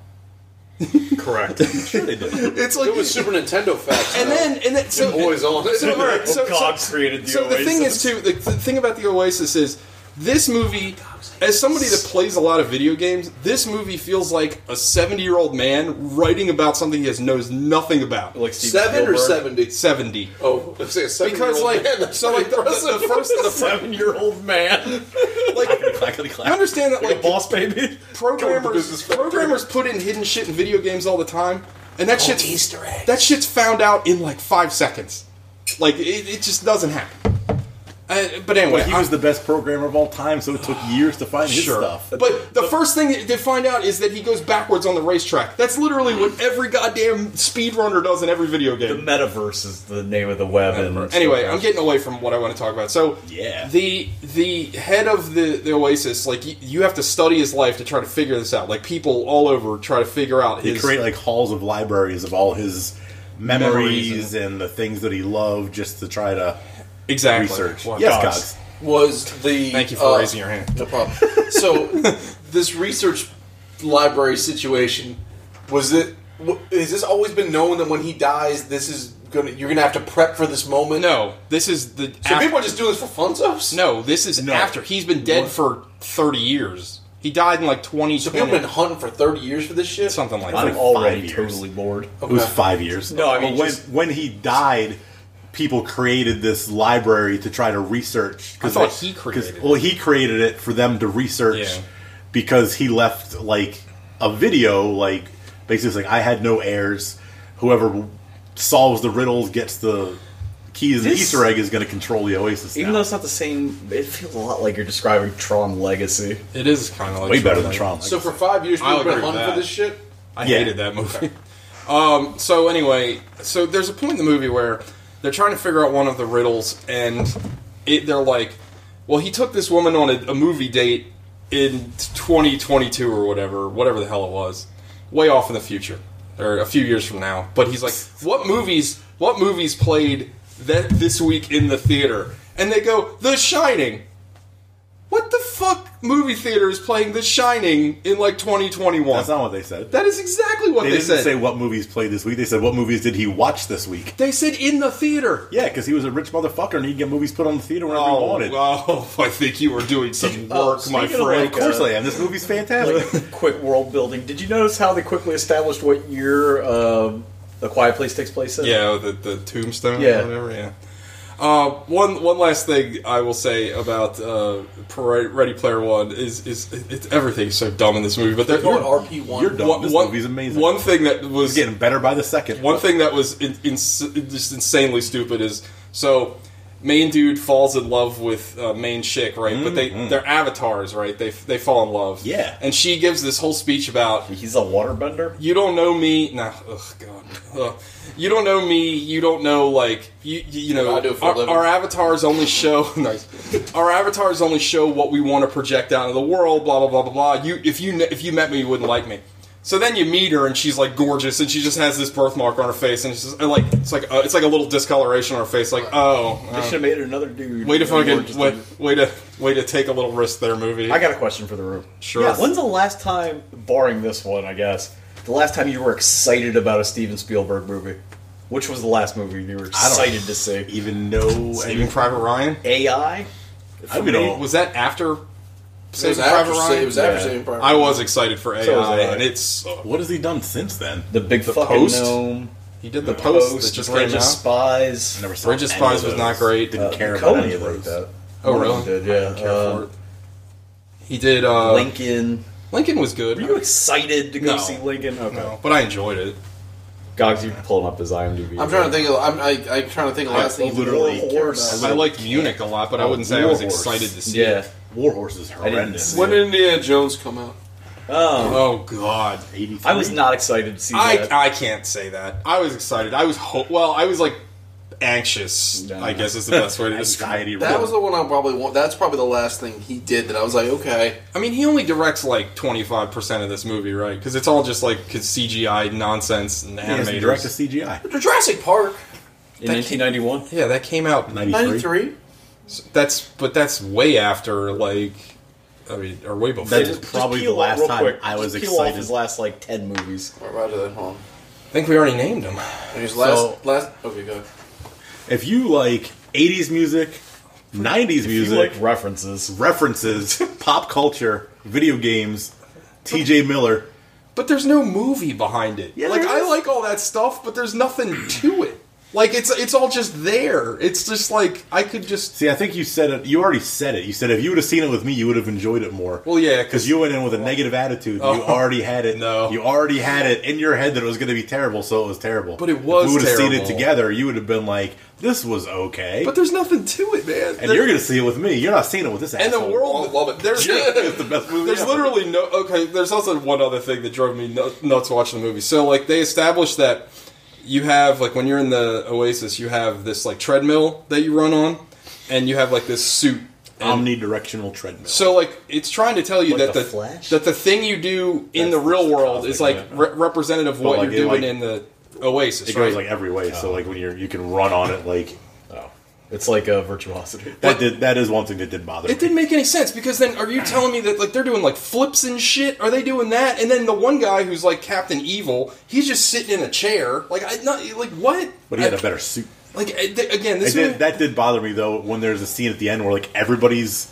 S9: Correct.
S7: it's like
S11: it was Super Nintendo facts.
S7: And then, and then, so,
S11: boys on it.
S7: so, all right, so-
S11: God
S7: so-
S11: created the
S7: so the thing is too, the, the thing about the Oasis is this movie, as somebody that plays a lot of video games, this movie feels like a seventy-year-old man writing about something he has knows nothing about. Like
S11: Steven Seven or Spielberg? 70?
S7: Seventy.
S11: Oh, let's say a
S7: Because
S11: seven-year-old
S7: like,
S11: man, that's
S7: so like the,
S11: impressive.
S7: the first, the
S9: seven-year-old man,
S7: You understand that, like,
S9: boss baby,
S7: programmers programmers put in hidden shit in video games all the time, and that shit's Easter egg. That shit's found out in like five seconds. Like it, it just doesn't happen. Uh, but anyway,
S8: But he was the best programmer of all time, so it took years to find his stuff.
S7: But the first thing that they find out is that he goes backwards on the racetrack. That's literally what every goddamn speedrunner does in every video game.
S9: The metaverse is the name of the web. And
S7: Anyway, I'm getting away from what I want to talk about. So
S9: Yeah.
S7: the the head of the, the Oasis, like you, you have to study his life to try to figure this out. Like people all over try to figure out
S8: He
S7: his
S8: create like halls of libraries of all his memories,
S7: Memories
S8: and the things that he loved, just to try to
S7: exactly
S8: research.
S7: Well,
S8: yes,
S7: Cogs.
S8: Cogs.
S11: was the.
S7: Thank you for
S11: uh,
S7: raising your hand.
S11: No problem. So this research library situation was it? wh- Has this always been known that when he dies, this is gonna you're gonna have to prep for this moment?
S7: No, this is the.
S11: So
S7: af-
S11: people are just doing this for funzos.
S7: No, this is after he's been dead for thirty years. He died in like twenty. So
S11: people have been hunting for thirty years for this shit.
S7: Something like
S8: It
S7: that.
S8: was like five years.
S9: bored.
S8: It was five years.
S9: No, I mean,
S8: But when
S9: just-
S8: when he died, people created this library to try to research.
S7: I thought he created it.
S8: Well, he created it for them to research
S7: Yeah.
S8: because he left like a video, like basically like I had no heirs. Whoever solves the riddles gets the keys. and the
S9: This-
S8: Easter egg is going to control the Oasis.
S9: Even though it's not the same, it feels a lot like you're describing Tron Legacy.
S7: It is kind of
S8: Way better than Tron.
S11: So for five years,
S7: I'll
S11: people have been
S7: agree with
S11: hunting for
S7: that.
S11: this shit.
S7: I
S8: Yeah.
S7: hated that movie. Um, so anyway, so there's a point in the movie where they're trying to figure out one of the riddles, and it, they're like, "Well, he took this woman on a, a movie date, in 2022 or whatever, whatever the hell it was, way off in the future or a few years from now. But he's like, "What movies? What movies played that this week in the theater?" And they go, "The Shining." What the fuck movie theater is playing The Shining in like 2021?
S8: That's not what they said.
S7: That is exactly what
S8: they,
S7: they,
S8: didn't
S7: said.
S8: say what movies played this week. They said what movies did he watch this week.
S7: They said in the theater.
S8: Yeah, because he was a rich motherfucker and he'd get movies put on the theater whenever he wanted.
S7: Wow, Oh, I think you were doing some work, my
S9: speaking of
S7: friend.
S9: like, Of course uh, I
S8: am. This movie's fantastic.
S9: quick world building. Did you notice how they quickly established what year uh, the Quiet Place takes place in?
S7: Yeah, the, the tombstone
S9: Yeah.
S7: or whatever, yeah. Uh, one one last thing I will say about uh, Par- Ready Player One is is it's everything's so dumb in this movie, but
S11: They're
S7: there,
S11: going RP1.
S8: You're dumb. This movie's amazing.
S7: One thing that was
S8: getting better by the second.
S7: One thing that was in, in, just insanely stupid is so main dude falls in love with uh, main chick, right? But they
S8: Mm-mm.
S7: they're avatars, right? They they fall in love.
S8: Yeah.
S7: And she gives this whole speech about
S9: he's a waterbender.
S7: You don't know me. Nah. Ugh, God. Ugh. You don't know me. You don't know like you. You, you know
S11: I do it for a
S7: our,
S11: living.
S7: our avatars only show nice. Our avatars only show what we want to project out into the world. Blah blah blah blah blah. You if you kn- if you met me, you wouldn't like me. So then you meet her and she's like gorgeous and she just has this birthmark on her face and it's just, and, like it's like uh, it's like a little discoloration on her face. Like oh,
S9: They should
S7: uh,
S9: have made it another dude.
S7: way to
S9: Gorgeous
S7: fucking way,
S9: dude.
S7: way to way to take a little risk there, movie.
S9: I got a question for the room.
S7: Sure.
S9: Yeah, when's the last time, barring this one, I guess, the last time you were excited about a Steven Spielberg movie? Which was the last movie you were excited to see?
S8: Even know
S7: Saving Private Ryan.
S9: AI.
S8: I mean, uh,
S7: was that after Saving
S11: after
S7: Private
S11: Sa-
S7: Ryan?
S11: it was after Yeah. Saving Private
S7: I
S11: Ryan.
S7: was excited for AI,
S9: So was I.
S7: and it's
S8: What has he done since then?
S9: The big
S7: The
S9: fucking
S7: Post?
S9: gnome.
S7: He did the post, that just
S9: Bridge
S7: came
S9: of
S7: out.
S9: Spies. Uh,
S8: Never saw
S7: Bridge of
S8: any
S7: Spies
S8: of
S7: was
S8: those.
S7: not great.
S8: Didn't care about
S9: Cohen
S8: any of
S9: wrote
S8: those.
S9: that.
S7: Oh,
S9: One of
S7: really?
S9: them Did, yeah.
S7: I didn't care
S9: Uh,
S7: for it. He did. Uh,
S9: Lincoln.
S7: Lincoln was good.
S9: Were you excited to go
S7: No.
S9: see Lincoln? Okay.
S7: No, but I enjoyed it.
S9: Gogs, you pulling up his IMDb.
S11: I'm trying to think. Of, I'm I, I'm trying to think of the last thing.
S8: literally
S11: War
S8: care
S11: Horse.
S7: I liked Munich a lot, but
S8: Oh,
S7: I wouldn't say I was excited to see.
S9: Yeah.
S7: it.
S8: Warhorse is
S9: didn't
S8: horrendous.
S9: see
S11: When did Indiana Jones come out?
S9: Oh,
S7: Oh God,
S8: 83.
S9: I was not excited to see
S7: I
S9: that.
S7: I can't say that. I was excited. I was ho- well. I was like anxious.
S9: No.
S7: I guess is the best way to describe.
S8: anxiety.
S11: That was the one I probably want. That's probably the last thing he did that I was like, okay.
S7: I mean, he only directs like twenty five percent of this movie, right? Because it's all just like 'cause CGI nonsense and
S8: animated.
S7: animators.
S8: Direct to CGI.
S11: Jurassic Park,
S9: in 1991.
S7: yeah, that came out
S8: Ninety-three.
S11: '93.
S7: That's but that's way after like I mean or way before.
S8: That- probably
S9: peel
S8: the last
S9: real
S8: time I was
S9: Just peel
S8: excited.
S9: Off his last like ten movies.
S11: Right, right to that home.
S7: I think we already named him.
S11: And his last,
S8: So-
S11: last. Okay, go. ahead.
S8: If you like '80s music, '90s
S9: You
S8: music,
S9: like references.
S8: references, pop culture, video games, T.J. Miller.
S7: But there's no movie behind it.
S8: Yeah,
S7: like
S8: there
S7: I
S8: is.
S7: like all that stuff, but there's nothing to it. Like it's it's all just there. It's just like I could just
S8: See, I think you said it. You already said it. You said if you would have seen it with me, you would have enjoyed it more.
S7: well yeah
S8: Because you went in with a negative attitude. You
S7: Oh.
S8: already had it.
S7: No.
S8: You already had it in your head that it was going to be terrible, so it was terrible.
S7: But it was
S8: If we would have seen it
S7: terrible.
S8: together, you would have been like, this was okay.
S7: But there's nothing to it, man.
S8: and you're going to see it with me. You're not seeing it with this
S7: and the
S8: asshole.
S7: world love it. There's
S8: It's the best movie
S7: There's
S8: ever.
S7: literally no okay. There's also one other thing that drove me nu- nuts watching the movie. So like they established that you have like when you're in the Oasis, you have this like treadmill that you run on, and you have like this suit. And
S8: Omnidirectional treadmill.
S7: so like it's trying to tell you
S9: Like
S7: that
S9: the
S7: the,
S9: Flash?
S7: that the thing you do in
S8: That's
S7: the real world is like
S8: cosmic,
S7: re- representative of
S8: But,
S7: what
S8: like,
S7: you're
S8: it, like-
S7: doing in the Oasis,
S8: it
S7: right?
S8: goes like every way. So like when you're, you can run on it. Like
S9: Oh, it's like a virtuosity.
S8: that. Did, that is one thing that did bother.
S7: It
S8: me.
S7: didn't make any sense because then are you telling me that like they're doing like flips and shit? Are they doing that? And then the one guy who's like Captain Evil, he's just sitting in a chair. Like I not like what?
S8: But he had
S7: I-
S8: a better suit.
S7: Like I- th- again,
S8: It
S7: this movie,
S8: did, that did bother me though when there's a scene at the end where like everybody's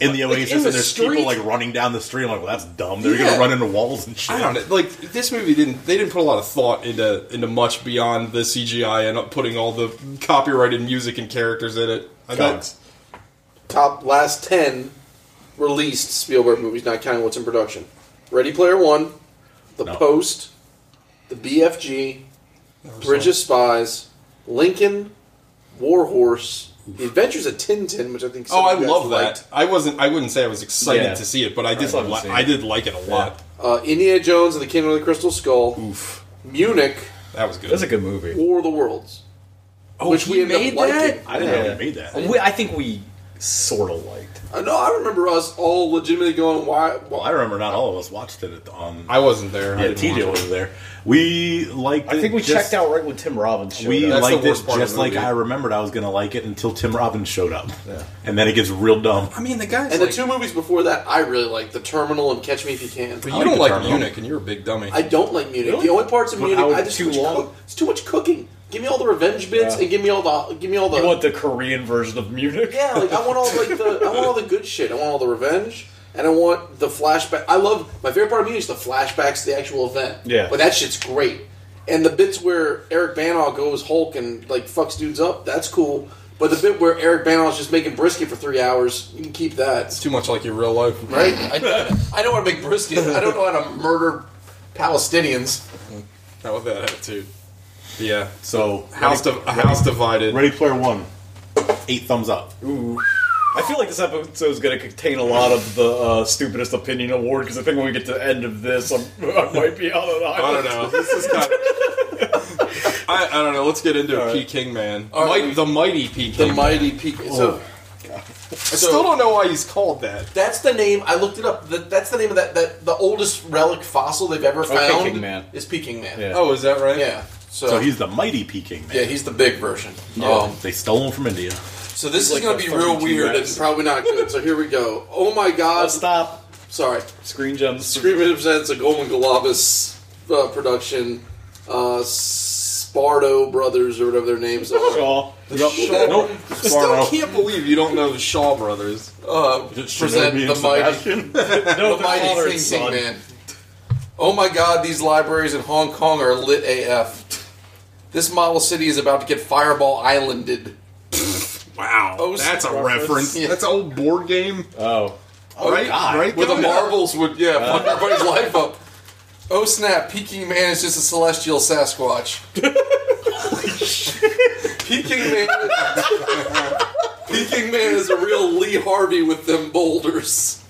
S8: in the
S7: Like, in
S8: oasis
S7: the
S8: and there's
S7: street?
S8: people like running down the street. I'm like, well, that's dumb. They're
S7: Yeah.
S8: gonna run into walls and shit.
S7: I don't know. Like this movie didn't. They didn't put a lot of thought into into much beyond the CGI and putting all the copyrighted music and characters in it. I
S8: God.
S7: thought-
S11: Top last ten released Spielberg movies, not counting what's in production. Ready Player One, The
S8: No.
S11: Post, The BFG, Bridge of Spies, Lincoln, War Horse, The Adventures of Tintin, which I think. some
S7: Oh, I
S11: of you guys
S7: love
S11: liked.
S7: that. I wasn't. I wouldn't say I was excited
S9: Yeah.
S7: to see it, but I did.
S9: I haven't
S7: li-
S9: seen
S7: I
S9: it.
S7: did like it a lot.
S11: Uh, Indiana Jones and the Kingdom of the Crystal Skull,
S7: Oof,
S11: Munich,
S7: that was good.
S9: That's a good movie.
S11: War of the Worlds.
S7: oh,
S11: which
S7: he
S11: we ended up
S7: made
S11: liking.
S7: that.
S8: I didn't know he made that.
S9: We, I think we sort of liked.
S6: I know. I remember us all legitimately going, "Why?"
S8: Well, I remember not all of us watched it. At the, um,
S7: I wasn't there.
S8: Yeah, TJ wasn't there. We liked.
S9: I
S8: it
S9: think we
S8: just-
S9: checked out right when Tim Robbins showed
S8: We
S9: up.
S8: liked it just like I remembered I was going to like it until Tim Robbins showed up, and then it gets real dumb.
S6: I mean, the guys. And the two movies before that, I really liked The Terminal and Catch Me If You Can.
S7: But you don't like Munich, and you're a big dummy.
S6: I don't like Munich. The only parts of
S7: But
S6: Munich
S7: how
S6: I just
S7: too
S6: too long. it's too much cooking. Give me all the revenge bits
S9: Yeah.
S6: and give me all the give me all the
S9: You want the Korean version of Munich?
S6: yeah. Like I want all like the I want all the good shit. I want all the revenge and I want the flashback. I love my favorite part of Munich is the flashbacks to the actual event.
S9: Yeah.
S6: but that shit's great. And the bits where Eric Banaw goes Hulk and like fucks dudes up, that's cool. But the bit where Eric Banaw's just making brisket for three hours, you can keep that. It's
S7: too much like your real life,
S6: right? I, I know how to make brisket. I don't know how to murder Palestinians.
S7: Not with that attitude. Yeah.
S8: So
S7: house, di- a house divided.
S8: Ready Player One, eight thumbs up.
S9: Ooh. I feel like this episode is going to contain a lot of the uh, stupidest opinion award because I think when we get to the end of this, I'm, I might be out of the
S7: I don't know. This is kind of. I, I don't know. Let's get into it. P King man,
S6: All right,
S7: Might-
S6: we-
S7: the mighty P
S6: The
S7: King.
S6: mighty peak. So,
S7: I still don't know why he's called that.
S6: That's the name. I looked it up. The, that's the name of that, that the oldest relic fossil they've ever
S9: Oh,
S6: found.
S9: Peking Man.
S6: is Peking Man.
S9: Yeah.
S7: Oh, is that right?
S6: Yeah. So,
S8: So, he's the mighty Peking man.
S6: yeah, he's the big version.
S8: Yeah.
S6: Um,
S8: they stole him from India.
S6: so this
S9: He's
S6: is
S9: like
S6: going to
S9: a
S6: be real
S9: fucking
S6: weird
S9: T-Rex.
S6: and probably not good. So here we go. Oh my God!
S9: Stop.
S6: Sorry.
S9: Screen gems.
S6: Screaming represents a Golden Globus uh, production. Uh, Sparto Brothers or whatever their names are.
S9: Shaw.
S6: Nope.
S7: Nope. Still
S6: Sparrow.
S7: can't believe you don't know the Shaw brothers.
S6: Uh, present the mighty.
S9: No,
S6: the mighty Sing Sing Man. Oh my god, these libraries in Hong Kong are lit AF. This model city is about to get Fireball Islanded.
S7: Wow,
S6: Oh,
S7: that's a
S6: reference.
S7: reference.
S6: Yeah.
S7: That's an old board game,
S9: Oh.
S6: right?
S8: God.
S7: right?
S6: Where the
S7: guys?
S6: marbles would, yeah, fuck everybody's life up. Oh snap, Peking Man is just a celestial Sasquatch. Peking Man Peking Man is a real Lee Harvey with them boulders.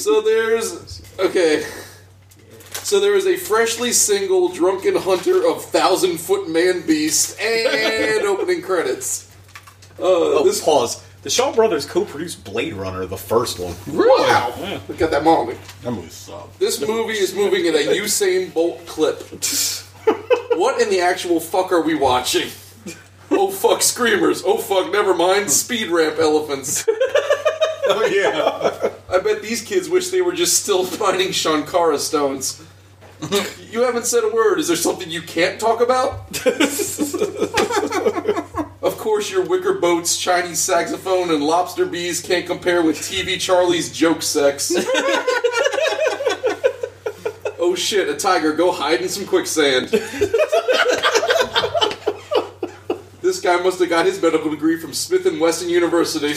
S6: so there's okay. So there is a freshly single drunken hunter of thousand foot man beast and opening credits. Uh,
S9: Oh,
S6: this
S9: pause. The Shaw Brothers co-produced Blade Runner, the first one.
S6: really? Wow. Look at that moment.
S8: That movie sucked.
S6: This movie is moving at a Usain Bolt clip. what in the actual fuck are we watching? Oh fuck, screamers. Oh fuck, never mind. Speed ramp elephants.
S8: Oh yeah,
S6: I bet these kids wish they were just still finding Shankara stones. you haven't said a word. Is there something you can't talk about? of course, your wicker boats, Chinese saxophone, and lobster bees can't compare with TV Charlie's joke sex. oh shit, a tiger, go hide in some quicksand. this guy must have got his medical degree from Smith and Wesson University.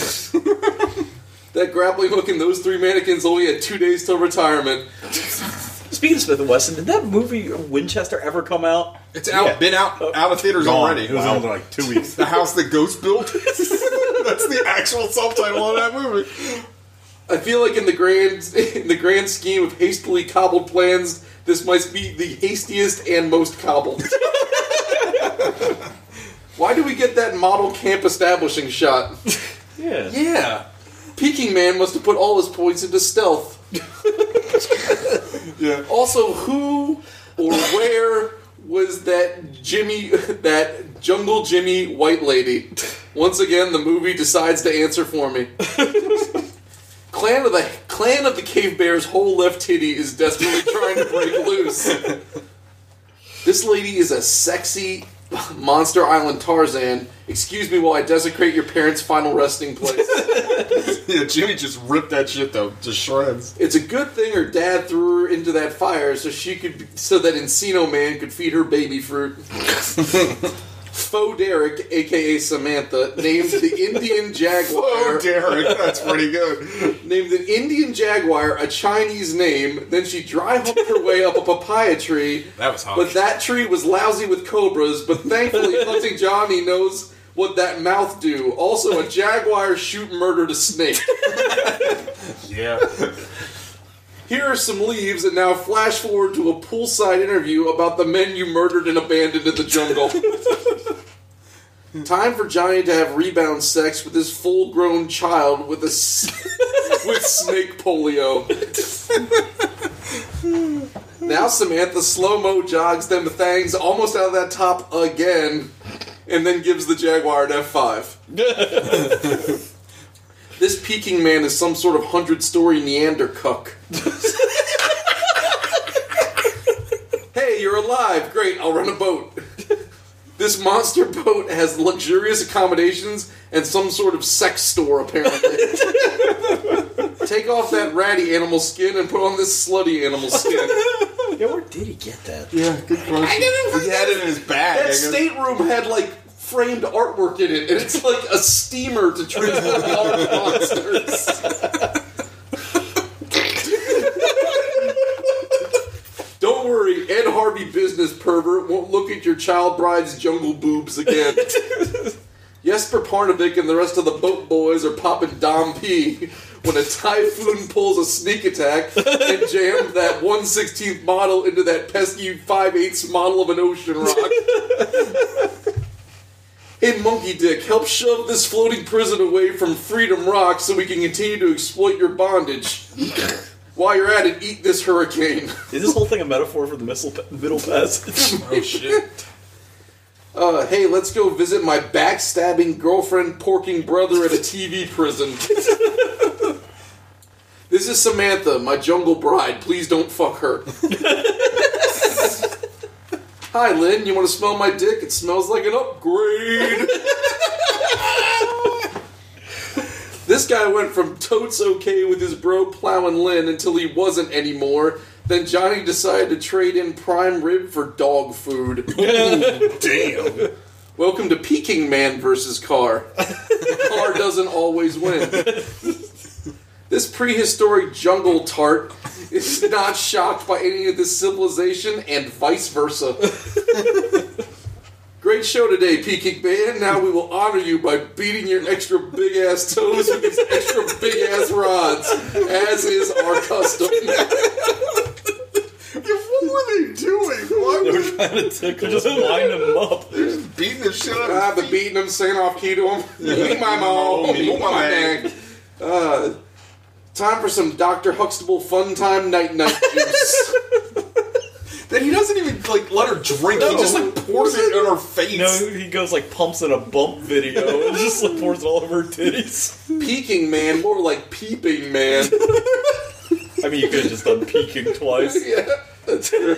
S6: That grappling hook and those three mannequins only had two days till retirement.
S9: Speaking of Smith and Wesson, did that movie Winchester ever come out?
S7: It's out, been out, out of theaters
S8: gone.
S7: already.
S8: It was
S7: Wow.
S8: on for like two weeks.
S7: the house that Ghost built. That's the actual subtitle of that movie.
S6: I feel like in the grand in the grand scheme of hastily cobbled plans, this might be the hastiest and most cobbled. Why do we get that model camp establishing shot?
S9: Yeah.
S6: Yeah. Peking Man must have put all his points into stealth. yeah. Also, who or where was that Jimmy, that Jungle Jimmy white lady? Once again, the movie decides to answer for me. Clan of the Clan of the Cave Bear's whole left titty is desperately trying to break loose. This lady is a sexy Monster Island Tarzan. Excuse me while I desecrate your parents' final resting place.
S7: Yeah, Jimmy just ripped that shit though to shreds.
S6: It's a good thing her dad threw her into that fire so she could, so that Encino Man could feed her baby fruit. Faux Derek, aka Samantha, named the Indian Jaguar.
S7: Oh, Derek, that's pretty good.
S6: named an Indian Jaguar a Chinese name. Then she dry humped her way up a papaya tree.
S7: That was hot.
S6: But that tree was lousy with cobras, but thankfully Hunting Johnny knows what that mouth do. Also, a jaguar shoot murdered a snake.
S7: yeah.
S6: Here are some leaves, and now flash forward to a poolside interview about the men you murdered and abandoned in the jungle. Time for Johnny to have rebound sex with his full-grown child with a s- with snake polio. now Samantha slow-mo jogs them thangs almost out of that top again, and then gives the Jaguar an F five. this Peking man is some sort of hundred-story Neander cuck. hey, you're alive! Great, I'll run a boat. This monster boat has luxurious accommodations and some sort of sex store, apparently. Take off that ratty animal skin and put on this slutty animal skin.
S10: Yeah, where did he get that?
S6: Yeah, good question. I didn't he had it in his bag. That stateroom had like framed artwork in it, and it's like a steamer to transport large monsters. Don't worry, Ed Harvey, business pervert, won't look at your child bride's jungle boobs again. Jesper Parnevik and the rest of the boat boys are popping Dom P when a typhoon pulls a sneak attack and jams that 116th model into that pesky 5/8 model of an ocean rock. Hey, Monkey Dick, help shove this floating prison away from Freedom Rock so we can continue to exploit your bondage. While you're at it, eat this hurricane.
S9: Is this whole thing a metaphor for the missile pa- middle passage?
S6: oh shit. Uh, hey, let's go visit my backstabbing girlfriend, porking brother at a TV prison. this is Samantha, my jungle bride. Please don't fuck her. Hi, Lynn. You want to smell my dick? It smells like an upgrade. This guy went from totes okay with his bro plowing Lynn until he wasn't anymore. Then Johnny decided to trade in prime rib for dog food. Damn. Welcome to Peking Man versus Car. The car doesn't always win. This prehistoric jungle tart is not shocked by any of this civilization and vice versa. Great show today, Peking Man. Now we will honor you by beating your extra big ass toes with these extra big ass rods, as is our custom.
S12: what were they doing? Why were they
S9: trying to tickle just line them up.
S6: beating the shit out of I've been beating them, saying off key to them. Meet my mom, meet my man. Uh, time for some Dr. Huxtable fun time night night juice.
S11: Then he doesn't even like let her drink. He
S9: No.
S11: just like pours it in her face.
S9: No, he goes like pumps in a bump video and just like pours it all over her titties.
S6: Peking man, more like peeping man.
S9: I mean, you could have just done peeking twice.
S6: yeah, that's true.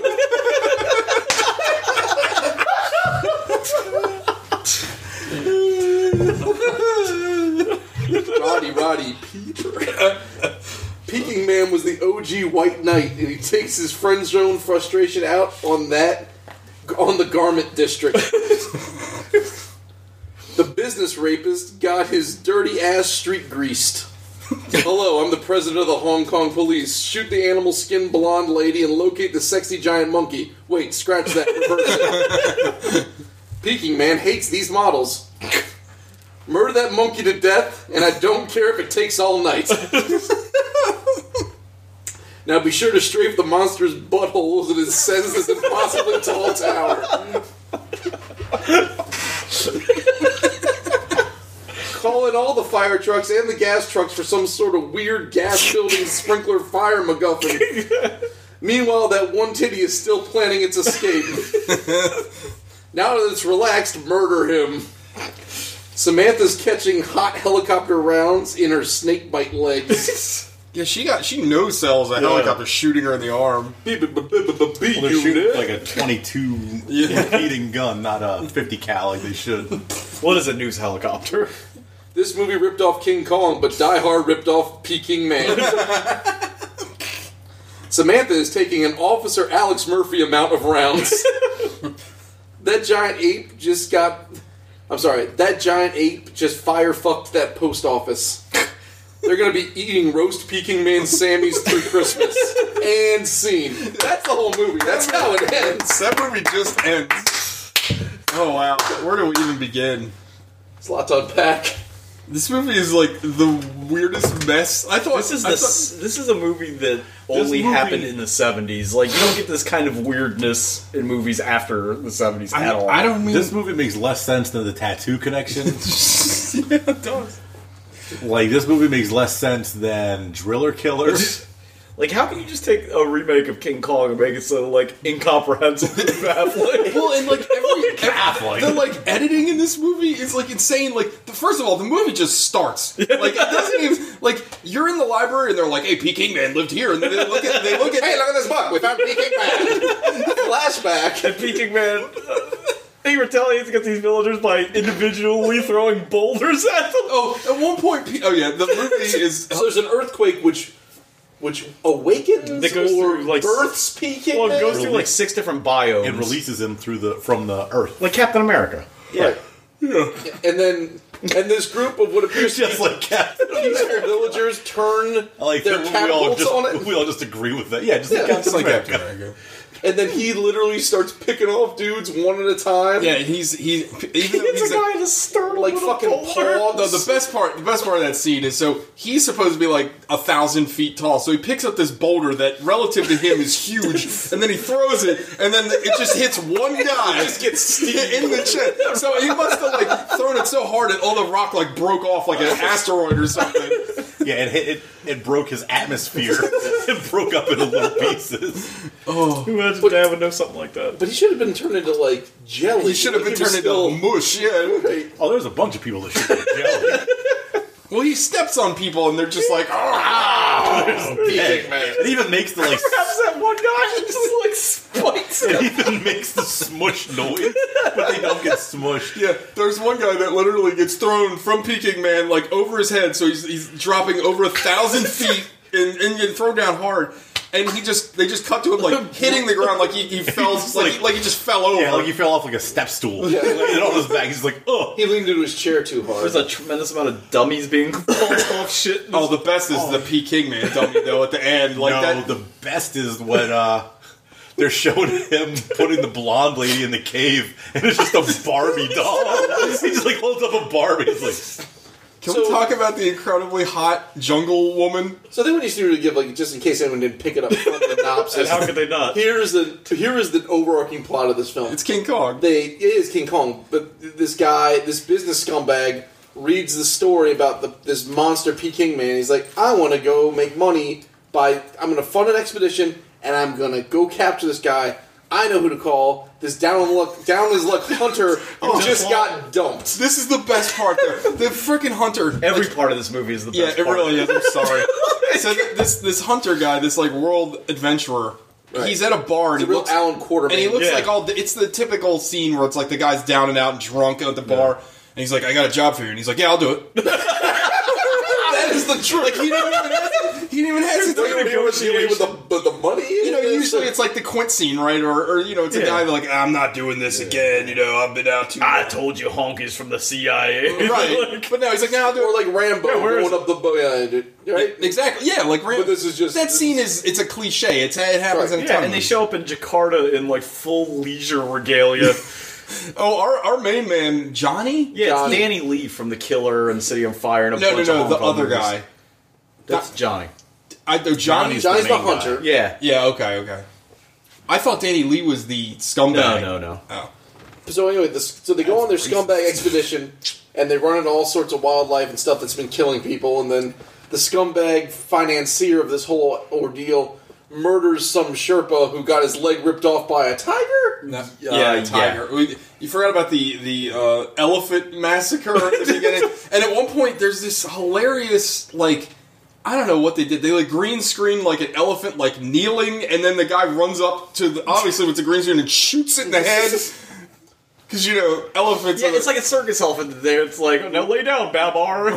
S6: Roddy Roddy Peter. Peking Man was the OG White Knight, and he takes his friend zone frustration out on that on the garment district. the business rapist got his dirty ass street greased. Hello, I'm the president of the Hong Kong police. Shoot the animal skin blonde lady and locate the sexy giant monkey. Wait, scratch that. Reverse it. Peking Man hates these models. Murder that monkey to death, and I don't care if it takes all night. now be sure to strafe the monster's buttholes and ascends this impossibly tall tower. Call in all the fire trucks and the gas trucks for some sort of weird gas building sprinkler fire MacGuffin. Meanwhile, that one titty is still planning its escape. now that it's relaxed, murder him. Samantha's catching hot helicopter rounds in her snake bite legs.
S7: Yeah, she got she no sells a helicopter shooting her in the arm.
S8: Well, they're shooting like a 22 heating gun, not a 50 cal like they should.
S9: What is a news helicopter?
S6: This movie ripped off King Kong, but Die Hard ripped off Peking Man. Samantha is taking an Officer Alex Murphy amount of rounds. that giant ape just got. I'm sorry, that giant ape just fire fucked that post office. They're gonna be eating roast Peking Man Sammy's through Christmas. And scene. That's the whole movie. That's how it ends.
S7: That movie just ends. Oh wow, where do we even begin?
S6: It's a lot to unpack.
S7: This movie is like the weirdest mess. I thought
S9: This is
S7: I
S9: the s
S7: thought-
S9: this is a movie that
S7: movie-
S9: only happened in the seventies. Like you don't get this kind of weirdness in movies after the seventies at all.
S8: this movie makes less sense than the tattoo connection. Like this movie makes less sense than Driller Killer.
S9: Like, how can you just take a remake of King Kong and make it so like incomprehensible? well,
S7: and like every the like editing in this movie is like insane. Like the, first of all, the movie just starts. Like it doesn't even like you're in the library and they're like, "Hey, P. Kingman lived here," and then they look at they look at
S6: Hey, look at this book. We found P. Kingman. Flashback.
S9: And P. Kingman. He retaliates against these villagers by individually throwing boulders at them.
S7: Oh, at one point, P- oh yeah, the movie is. uh,
S6: so there's an earthquake which which awakens
S9: That goes
S6: or
S9: through, like,
S6: births P. Kingman.
S9: Well, it goes through like six different biomes.
S8: It releases him through the from the earth,
S9: like Captain America.
S8: Yeah,
S6: and then and this group of what appears
S8: just like Captain
S6: peaceful villagers turn
S8: like
S6: their
S8: we all
S6: catapults
S8: just
S6: on it,
S8: we all just agree with that. Yeah, just
S6: Yeah,
S8: like Captain
S6: just like
S8: America.
S6: and then he literally starts picking off dudes one at a time.
S7: Yeah, he's he. Even though
S6: It's
S7: he's
S6: a guy
S7: in
S6: a stern like fucking
S7: Paul,
S6: paw.
S7: no, the best part, the best part of that scene is so he's supposed to be like a thousand feet tall. So he picks up this boulder that, relative to him, is huge, and then he throws it, and then it just hits one guy, just gets in the chest. So he must have like thrown it so hard that all the rock like broke off like an asteroid or something.
S8: Yeah, it hit, it it broke his atmosphere. it broke up into little pieces.
S7: Oh,
S9: imagine Davin knows something like that.
S6: But he should have been turned into like jelly.
S7: He should have been
S6: Like,
S7: turned
S6: was
S7: into
S6: still-
S7: mush. Yeah.
S8: Oh, there's a bunch of people that should.
S7: Well, he steps on people, and they're just like, oh,
S8: It even makes the like
S9: Grabs that one guy and just like spikes
S8: it
S9: him.
S8: even makes the smush noise, but they don't get smushed.
S7: Yeah, there's one guy that literally gets thrown from Peking Man like over his head, so he's, he's dropping over a thousand feet and, and getting thrown down hard. And he just they just cut to him like hitting the ground like he, he fell
S8: He's
S7: like,
S8: like-
S7: he, like he just fell over.
S8: Yeah, like he fell off like a step stool. Yeah, and on his back, he's like, oh.
S6: He leaned into his chair too hard.
S9: There's a tremendous amount of dummies being called off shit.
S7: oh, the best is the Peking Man dummy though at the end. Like
S8: no,
S7: that,
S8: the best is when uh, they're showing him putting the blonde lady in the cave, and it's just a Barbie doll. he just like holds up a Barbie. He's like,
S7: can we talk about the incredibly hot jungle woman?
S6: So then, what you to give, like, just in case anyone didn't pick it up from the synopsis,
S9: And how could they not?
S6: Here is the here is the overarching plot of this film. It's
S7: King Kong.
S6: They it is King Kong, but this guy, this business scumbag, reads the story about the, this monster Peking man. He's like, I want to go make money by I'm going to fund an expedition and I'm going to go capture this guy. I know who to call. This down on luck, down his luck hunter who
S9: Oh,
S6: just got dumped.
S7: This is the best part though. The freaking hunter.
S9: Every part of this movie is the
S7: Yeah,
S9: best
S7: it
S9: part.
S7: really is. I'm sorry. so th- this this hunter guy, this like world adventurer, he's at a bar and he looks
S6: Alan Quarterman,
S7: and he looks
S6: Yeah.
S7: like all. The, it's the typical scene where it's like the guy's down and out and drunk at the bar, and he's like, "I got a job for you," and he's like, "Yeah, I'll do it."
S6: that is the truth. Like,
S7: he didn't even hesitate. He didn't even hesitate.
S6: They're negotiating with the, with the money.
S7: You know, usually it's like the Quint scene, right? Or, or you know, it's a
S6: Yeah. Ah,
S7: guy like, "Ah, "I'm not doing this again." You know, I've been out too.
S9: I told you, Honk is from the CIA.
S7: Right,
S9: Like-
S7: but no, he's like, "No, I'll do it."
S6: Or like Rambo going up the boat. Yeah, right?
S7: Exactly. Yeah, like Rambo.
S6: But this is just
S7: that scene is it's a cliche. It's it happens in a
S9: yeah,
S7: ton
S9: and
S7: of
S9: they show up in Jakarta in like full leisure regalia.
S7: Oh, our, our main man, Johnny?
S9: Yeah,
S7: Johnny.
S9: it's Danny Lee from The Killer and City on Fire and a
S7: No, no,
S9: bunch
S7: no,
S9: of Hong
S7: the
S9: Kong
S7: other
S9: movies.
S7: guy.
S9: That's Johnny.
S7: I know Johnny.
S9: Johnny's the Johnny's the main guy. hunter. Yeah.
S7: Yeah, okay, okay. I thought Danny Lee was the scumbag.
S9: No, no, no.
S7: Oh.
S6: So anyway, this, so they go on their scumbag expedition, and they run into all sorts of wildlife and stuff that's been killing people. And then the scumbag financier of this whole ordeal murders some Sherpa who got his leg ripped off by a tiger.
S7: yeah, the tiger. We- You forgot about the the uh, elephant massacre at the beginning. and at one point, there's this hilarious like. I don't know what they did. They like green screen like an elephant like kneeling, and then the guy runs up to the, obviously with the green screen and shoots it in the head. Because you know elephants.
S9: Yeah,
S7: are-
S9: it's like a circus elephant there. It's like, now lay down, Babar.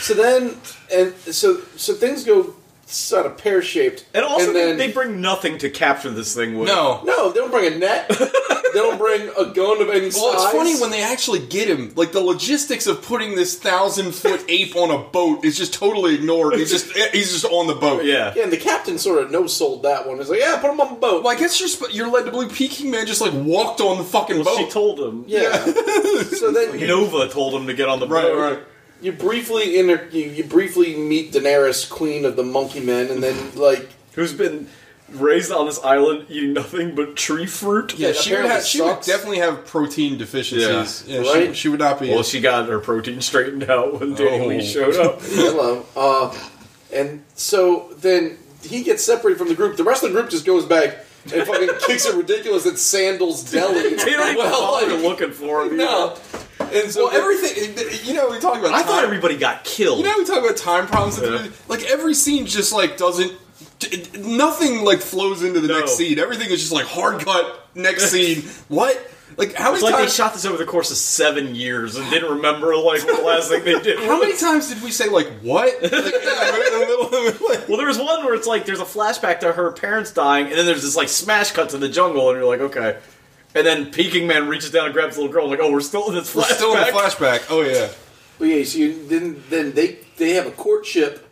S6: So then, and so so things go sort of pear shaped.
S9: And also,
S6: and
S9: they-
S6: then,
S9: they bring nothing to capture this thing with.
S6: no, they don't bring a net. they don't bring a gun of any
S7: Well, it's
S6: size.
S7: funny when they actually get him. Like the logistics of putting this thousand foot ape on a boat is just totally ignored. He's just eh, he's just on the boat.
S9: Yeah.
S6: Yeah, and the captain sort of no sold that one. He's like, yeah, put him on the boat.
S7: Well, I guess you're sp- you're led to believe Peking Man just like walked on the fucking
S9: Well,
S7: boat.
S9: she told him.
S6: Yeah. so then
S9: Nova told him to get on the
S6: Right,
S9: boat.
S6: right. you briefly inter- you, you briefly meet Daenerys, queen of the monkey men, and then like
S9: who's been raised on this island eating nothing but tree fruit.
S7: yeah, she would, have, she would definitely have protein deficiencies. Yeah, she- she, would not be.
S9: Well, she got her protein straightened out when Danny
S7: Oh.
S9: Lee showed up.
S6: Hello. Uh, and so then he gets separated from the group. The rest of the group just goes back and fucking kicks it ridiculous at Sandals Deli.
S9: They don't even bother looking for him.
S6: No. And so
S7: well, everything you know, we talk about.
S9: I thought
S7: time-
S9: everybody got killed.
S7: You know, how we talk about time problems.
S9: Yeah.
S7: Like every scene, just like doesn't. t- Nothing like flows into the next scene. Everything is just like hard cut. Next scene. What? Like how
S9: it's
S7: many
S9: like
S7: times?
S9: they shot this over the course of seven years and didn't remember like what the last thing they did.
S7: How many times did we say like what?
S9: well, there was one where it's like there's a flashback to her parents dying, and then there's this like smash cut to the jungle, and you're like, okay. And then Peking Man reaches down and grabs the little girl, and like, oh, we're still in this flashback.
S7: We're still in the flashback. Oh yeah.
S6: But yeah, so you, then then they they have a courtship,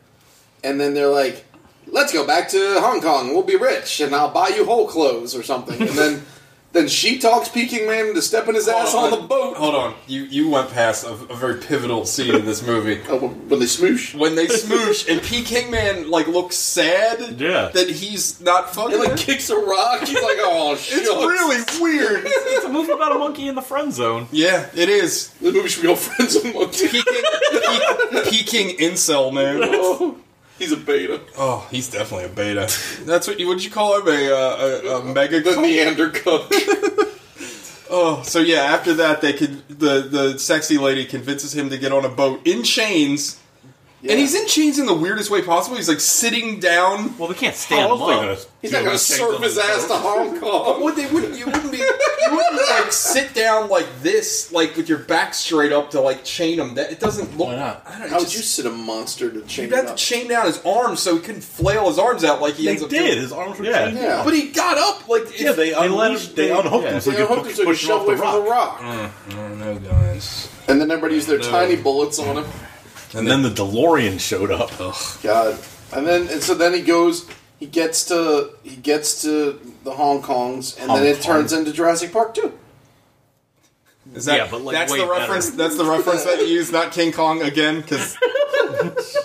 S6: and then they're like, "Let's go back to Hong Kong. We'll be rich, and I'll buy you whole clothes or something." And then then she talks Peking Man into stepping his ass on, the boat.
S7: Hold on, you you went past a, a very pivotal scene in this movie.
S6: when they smoosh,
S7: when they smoosh, and P. Kingman like looks sad.
S9: Yeah.
S7: that he's not fucking.
S6: He, like,
S7: her.
S6: kicks a rock. He's like, "Oh shit!"
S7: It's really weird.
S9: it's a movie about a monkey in the friend zone.
S7: Yeah, it is.
S6: The movie should be all friends and monkeys.
S7: Peking, peking incel man.
S6: he's a beta.
S7: Oh, he's definitely a beta. That's what you would you call him a uh, a, a mega the
S6: Neander
S7: oh, so yeah. After that, they could the the sexy lady convinces him to get on a boat in chains, and he's in chains in the weirdest way possible. He's like sitting down.
S9: Well, they can't
S6: stand him up. He's not gonna surf his ass to Hong Kong.
S7: Would they wouldn't you wouldn't be you wouldn't like sit down like this like with your back straight up to like chain him. That it doesn't look. Why not? I don't,
S6: How would you sit a monster to chain
S7: You'd have to chain down his arms so he couldn't flail his arms out like he
S8: They
S7: ends up
S8: did.
S7: doing.
S8: His arms were
S7: yeah.
S8: chained
S7: yeah.
S8: up.
S7: But he got up like
S8: Yeah, they unleashed- they unhooked him so he
S6: they
S8: could
S6: unhooked
S8: push-
S6: him so he
S8: push
S6: could
S8: him off
S6: shove away
S8: the
S6: from the rock. Mm.
S7: Oh, no, guys.
S6: And then everybody used their
S8: No.
S6: tiny bullets on him.
S8: And then the DeLorean showed up.
S6: God. And then and so then he goes he gets to he gets to the Hong Kongs and
S8: Hong
S6: then it
S8: Kong.
S6: turns into Jurassic Park 2.
S7: Is that,
S6: Yeah, but, like,
S7: that's
S6: way
S7: the
S6: better.
S7: reference. That's the reference that you use, not King Kong again, because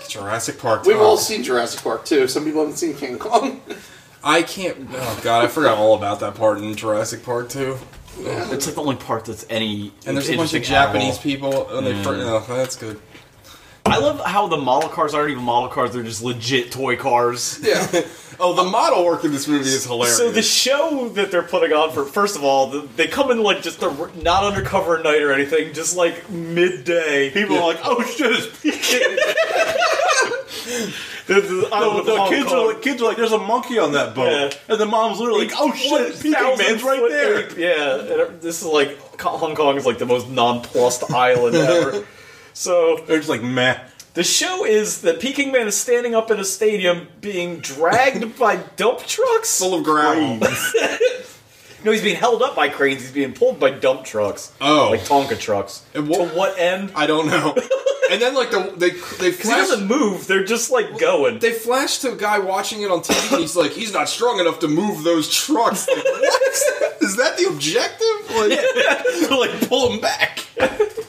S7: Jurassic Park.
S6: We've
S7: oh.
S6: all seen Jurassic Park 2. Some people haven't seen King Kong.
S7: I can't. Oh god, I forgot all about that part in Jurassic Park too.
S9: It's like the only part that's any.
S7: And there's a bunch of
S9: interesting at all.
S7: Japanese people, and they. fir-
S9: Mm.
S7: Oh, that's good.
S9: I love how the model cars aren't even model cars; they're just legit toy cars.
S6: Yeah.
S7: oh, the model work in this movie is hilarious.
S9: So the show that they're putting on for first of all, the, they come in like just the r- not undercover at night or anything, just like midday. People are like, "Oh shit, it's peeking." the, Oh, the, I
S8: No,
S9: don't know,
S8: the
S9: Hong
S8: kids
S9: Kong.
S8: are like, kids are like, there's a monkey on that boat,
S9: Yeah.
S8: and the mom's literally like, oh shit, Peking Man's right there.
S9: Yeah, and it- this is like Hong Kong is like the most nonplussed island ever. So
S8: it's like meh.
S9: The show is that Peking Man is standing up in a stadium being dragged by dump trucks full
S7: of gravel.
S9: no, he's being held up by cranes. He's being pulled by dump trucks.
S7: Oh.
S9: like Tonka trucks. to what end?
S7: I don't know. and then like the they they
S9: he doesn't move. They're just like going.
S7: They flash to a guy watching it on TV, and he's like, he's not strong enough to move those trucks. Like, what? Is that the objective? Like,
S9: like pull them back.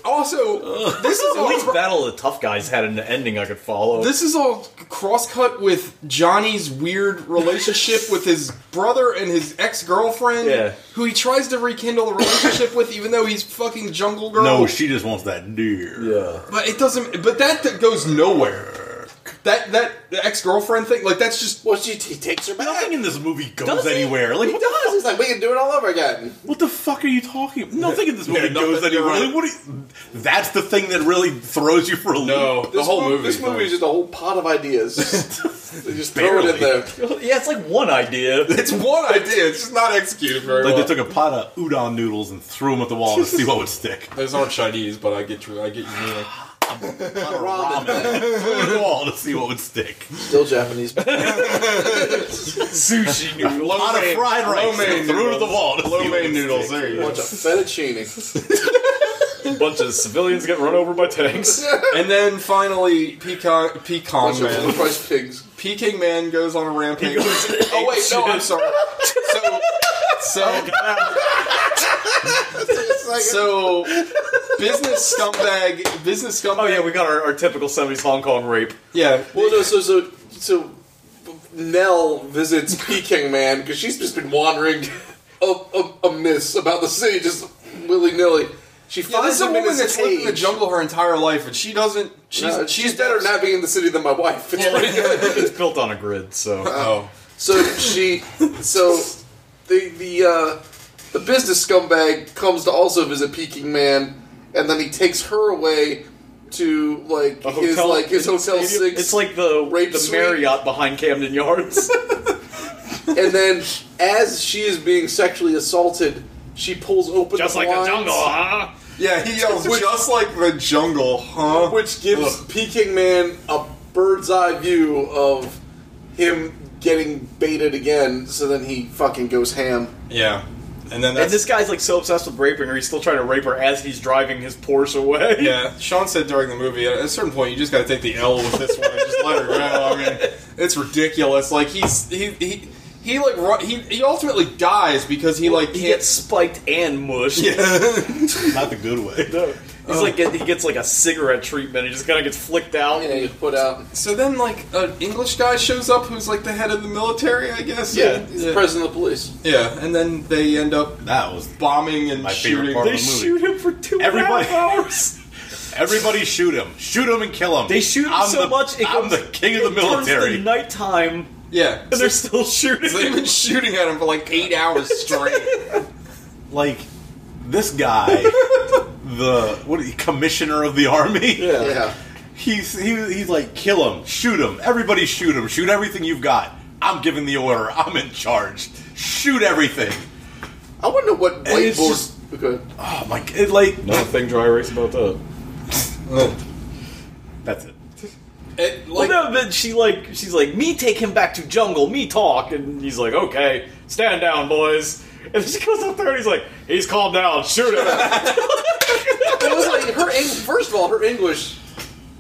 S7: Also, this is
S9: at
S7: all
S9: least Battle of the Tough Guys had an ending I could follow.
S7: This is all cross cut with Johnny's weird relationship with his brother and his ex girlfriend,
S8: Yeah.
S7: who he tries to rekindle a relationship with, even though he's fucking Jungle
S9: Oh.
S7: Girl.
S8: No, she just wants that deer.
S9: Yeah.
S7: but it doesn't. But that th- goes nowhere. That that ex girlfriend thing, like that's just.
S6: Well, she he takes her back.
S8: Nothing in this movie goes
S6: Does he?
S8: anywhere. Like,
S6: he
S8: what,
S6: does. He's like, we can do it all over again.
S8: what the fuck are you talking? about? Nothing in this
S6: Yeah,
S8: movie
S6: nothing,
S8: goes
S6: you're right.
S8: anywhere. Like, what? Are you, that's the thing that really throws you for a loop. No,
S6: This mo- This movie is just a whole pot of ideas. they just throw it in there.
S9: yeah, it's like one idea.
S7: It's one idea. It's just not executed very
S8: like
S7: well.
S8: they took a pot of udon noodles and threw them at the wall to see what would stick.
S7: Those aren't Chinese, but I get you. I get you. meaning.
S13: on a ramen.
S8: Threw it at a wall to see what would stick.
S13: Still Japanese.
S8: Sushi noodles. A lot of fried rice. Threw it at the wall. to see
S13: Lo
S8: what
S13: mein
S8: would
S13: noodles.
S8: stick.
S13: There you go. Bunch of fettuccine.
S9: bunch of civilians get run over by tanks.
S7: and then finally, Pecan, Pecan
S9: Bunch of
S7: Man.
S9: overpriced
S13: pigs.
S7: Peking Man goes on a rampage. oh wait, no, I'm sorry. So, so, so, business scumbag, business scumbag. Oh
S9: yeah, we got our, our typical '70s Hong Kong rape.
S7: Yeah.
S6: Well, no, so so so Nell visits Peking Man because she's just been wandering up, up, amiss about the city, just willy nilly. She
S7: Yeah, this
S6: finds
S7: is a
S6: him in
S7: woman
S6: his
S7: that's lived in the
S6: cage.
S7: jungle her entire life, and she doesn't. She's
S6: No,
S7: she's,
S6: she's better not being in the city than my wife. It's pretty good.
S9: it's built on a grid, so.
S8: Uh,
S6: Oh. So she, so the the uh, the business scumbag comes to also visit Peking Man, and then he takes her away to like his like his hotel
S9: Stadium?
S6: six.
S9: It's like the
S6: rape
S9: the
S6: suite.
S9: Marriott behind Camden Yards.
S6: and then as she is being sexually assaulted, she pulls open
S9: Just
S6: the
S9: like the
S6: blinds,
S9: jungle, huh?
S7: Yeah, he yells just like the jungle, huh?
S6: Which gives Peking Man a bird's eye view of him getting baited again. So then he fucking goes ham.
S7: Yeah. And then
S9: and this guy's like so obsessed with raping her, he's still trying to rape her as he's driving his Porsche away.
S7: Yeah, Sean said during the movie, at a certain point, you just got to take the L with this one and just let her go. I mean, it's ridiculous. Like he's he he. He like ru- he, he ultimately dies because he like he gets
S9: spiked and mushed.
S7: Yeah,
S8: not the good way.
S9: He's like he gets like a cigarette treatment. He just kind of gets flicked out.
S6: Yeah, he's put out.
S7: So then like an English guy shows up who's like the head of the military, I guess.
S9: Yeah,
S7: and,
S9: he's the president
S6: of the police.
S7: Yeah, and then they end up
S8: that was
S7: bombing and
S8: my favorite
S7: shooting.
S8: part of They the movie. shoot
S9: him for two
S8: Everybody-
S9: hours.
S8: Everybody shoot him. Shoot him and kill him.
S9: They shoot him
S8: I'm
S9: so
S8: the-
S9: much. It
S8: I'm
S9: goes-
S8: the king of the
S9: it turns to
S8: military.
S9: nighttime.
S7: Yeah,
S9: and they're still shooting.
S7: They've been shooting at him for like eight hours straight.
S8: like this guy, the what is he, commissioner of the army?
S6: Yeah. Yeah.
S8: He's he, he's like kill him, shoot him, everybody shoot him, shoot everything you've got. I'm giving the order. I'm in charge. Shoot everything.
S6: I wonder what
S8: whiteboard. oh my! It like
S9: Another thing dry erase about that.
S8: That's it.
S9: well, no, but she like she's like me take him back to jungle, me talk, and he's like okay, stand down, boys. And she goes up there and he's like he's calmed down, shoot him.
S6: it was like her Eng- first of all her English.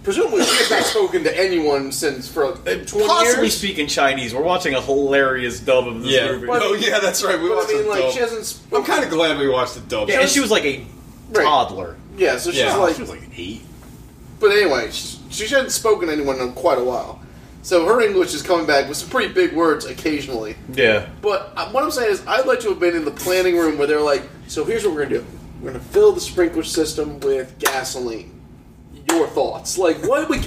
S6: Presumably, she has not spoken to anyone since for like, twenty
S9: Possibly
S6: years.
S9: speaking Chinese, we're watching a hilarious dub of this
S7: Yeah.
S9: movie.
S6: But-
S7: oh yeah, that's right. We
S6: but I
S7: watched
S6: mean,
S7: the
S6: like,
S7: dub.
S6: she hasn't
S7: I'm kind of glad we watched the dub.
S9: Yeah, and she was like a toddler.
S6: Yeah, so she's
S7: Yeah.
S6: like
S7: She was
S8: eight.
S6: But anyway, she, she hasn't spoken to anyone in quite a while, so her English is coming back with some pretty big words occasionally.
S9: Yeah.
S6: But uh, what I'm saying is, I'd like to have been in the planning room where they're like, "So here's what we're gonna do: we're gonna fill the sprinkler system with gasoline." Your thoughts? Like, what we?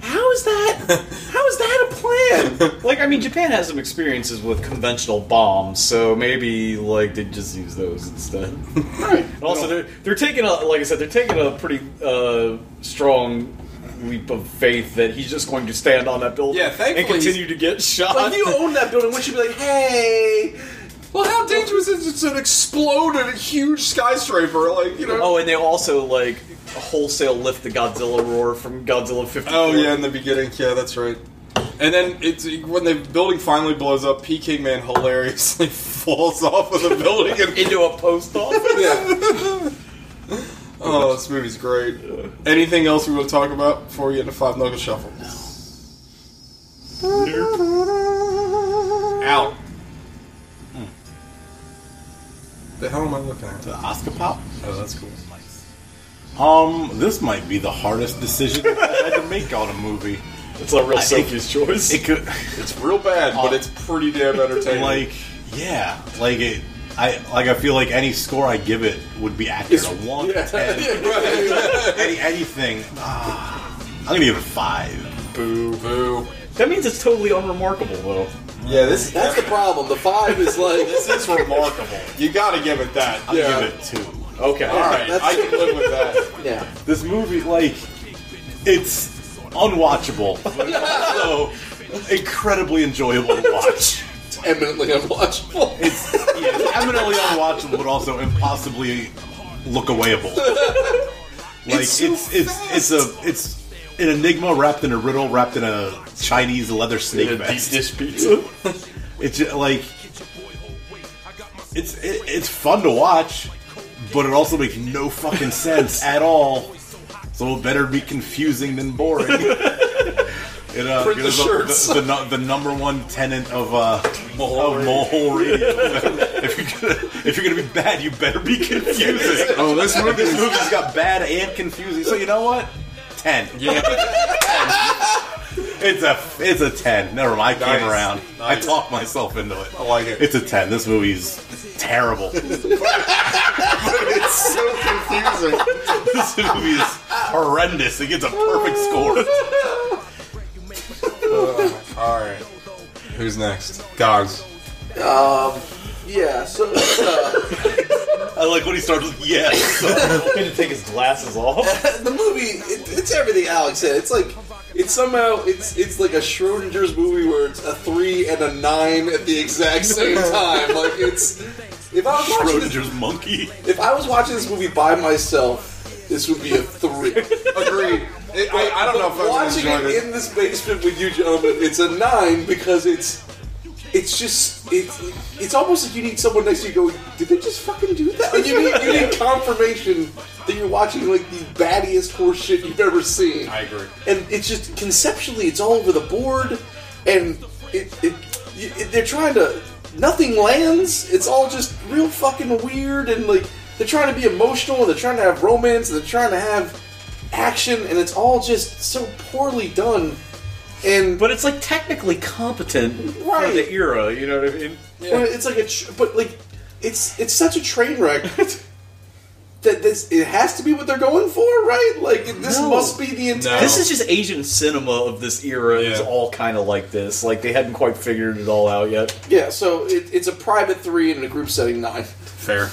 S6: How is that? How is that a plan?
S9: like I mean, Japan has some experiences with conventional bombs, so maybe like they just use those instead. And also, they're they're taking a like I said, they're taking a pretty uh, strong leap of faith that he's just going to stand on that building
S6: Yeah,
S9: and
S6: thankfully
S9: continue to get shot.
S6: Like, if you own that building, wouldn't you be like, hey?
S7: Well, how dangerous is it to explode in a huge skyscraper? Like you know.
S9: Oh, and they also like wholesale lift the Godzilla roar from Godzilla 54.
S7: Oh yeah, in the beginning. Yeah, that's right. And then it's when the building finally blows up. PK Man hilariously falls off of the building and
S9: into a post office.
S7: yeah. Oh, this movie's great. Anything else we want to talk about before we get into Five Knuckle Shuffle? Out. The hell am I looking at? The
S8: Oscar Pop.
S7: Oh, that's cool.
S8: Um, this might be the hardest decision I had to make on a movie.
S9: It's a real
S8: I- it-
S9: Sophie's choice.
S8: It could.
S7: It's real bad, but it's pretty damn entertaining.
S8: like, yeah, like it. I like. I feel like any score I give it would be accurate. A one, a ten, any anything. Ah, I'm gonna give it a five.
S7: Boo, boo.
S9: That means it's totally unremarkable, though.
S7: Yeah, this
S6: that's the problem. The five is like
S7: this is remarkable. You gotta give it that.
S8: I'll
S7: yeah.
S8: give it two.
S9: Okay,
S7: All right, I can live with that.
S6: Yeah.
S8: This movie, like, it's unwatchable, but it's also incredibly enjoyable to watch.
S6: Eminently unwatchable.
S8: It's, yeah, it's eminently unwatchable, but also impossibly look awayable. Like
S14: It's
S8: it's
S14: so
S8: it's it's, a it's an enigma wrapped in a riddle wrapped in a Chinese leather snake
S9: In a deep
S8: vest.
S9: dish pizza.
S8: it's ju- like it's it, it's fun to watch, but it also makes no fucking sense at all. So it better be confusing than boring. it, uh,
S14: Print the
S8: goes up-
S14: shirts.
S8: The, the, nu- the number one tenant of uh of mole radio. if you're gonna if you're gonna be bad, you better be confusing.
S7: Oh, this movie-
S8: this movie's got bad and confusing. So you know what? Ten.
S7: Yeah.
S8: It's a it's a ten. Never mind. I came
S7: Nice.
S8: around.
S7: Nice.
S8: I talked myself into it.
S7: I like it.
S8: It's a ten. This movie's terrible.
S14: it's so confusing.
S8: this movie is horrendous. It gets a perfect score.
S7: all right. Who's next? Gogs.
S6: Um, yeah. So uh,
S8: I like when he starts with yes.
S9: Going to take his glasses off.
S6: the movie, it, it's everything Alex said. It's like it's somehow it's it's like a Schrodinger's movie where it's a three and a nine at the exact same time. Like it's if I was watching this,
S8: Schrodinger's monkey.
S6: if I was watching this movie by myself, this would be a three.
S7: Agreed. I, I don't know if I would
S6: watching
S7: enjoy
S6: it
S7: this.
S6: in this basement with you gentlemen, it's a nine because it's it's just it's it's almost like you need someone next to you going, did they just fucking do that? Like you need you need confirmation that you're watching like the battiest horse shit you've ever seen. I
S7: agree.
S6: And it's just conceptually, it's all over the board, and it, it, you- it they're trying to nothing lands. It's all just real fucking weird, and like they're trying to be emotional, and they're trying to have romance, and they're trying to have action, and it's all just so poorly done. And
S9: but it's like technically competent
S6: right.
S9: for the era. You know what I mean?
S6: Well, It's like a, tr- but like, it's it's such a train wreck that this it has to be what they're going for, right? Like this
S9: No.
S6: must be the intent.
S9: This is just Asian cinema of this era. It's all kind of like this. Like they hadn't quite figured it all out yet.
S6: yeah. So it, it's a private three and a group setting nine.
S7: Fair.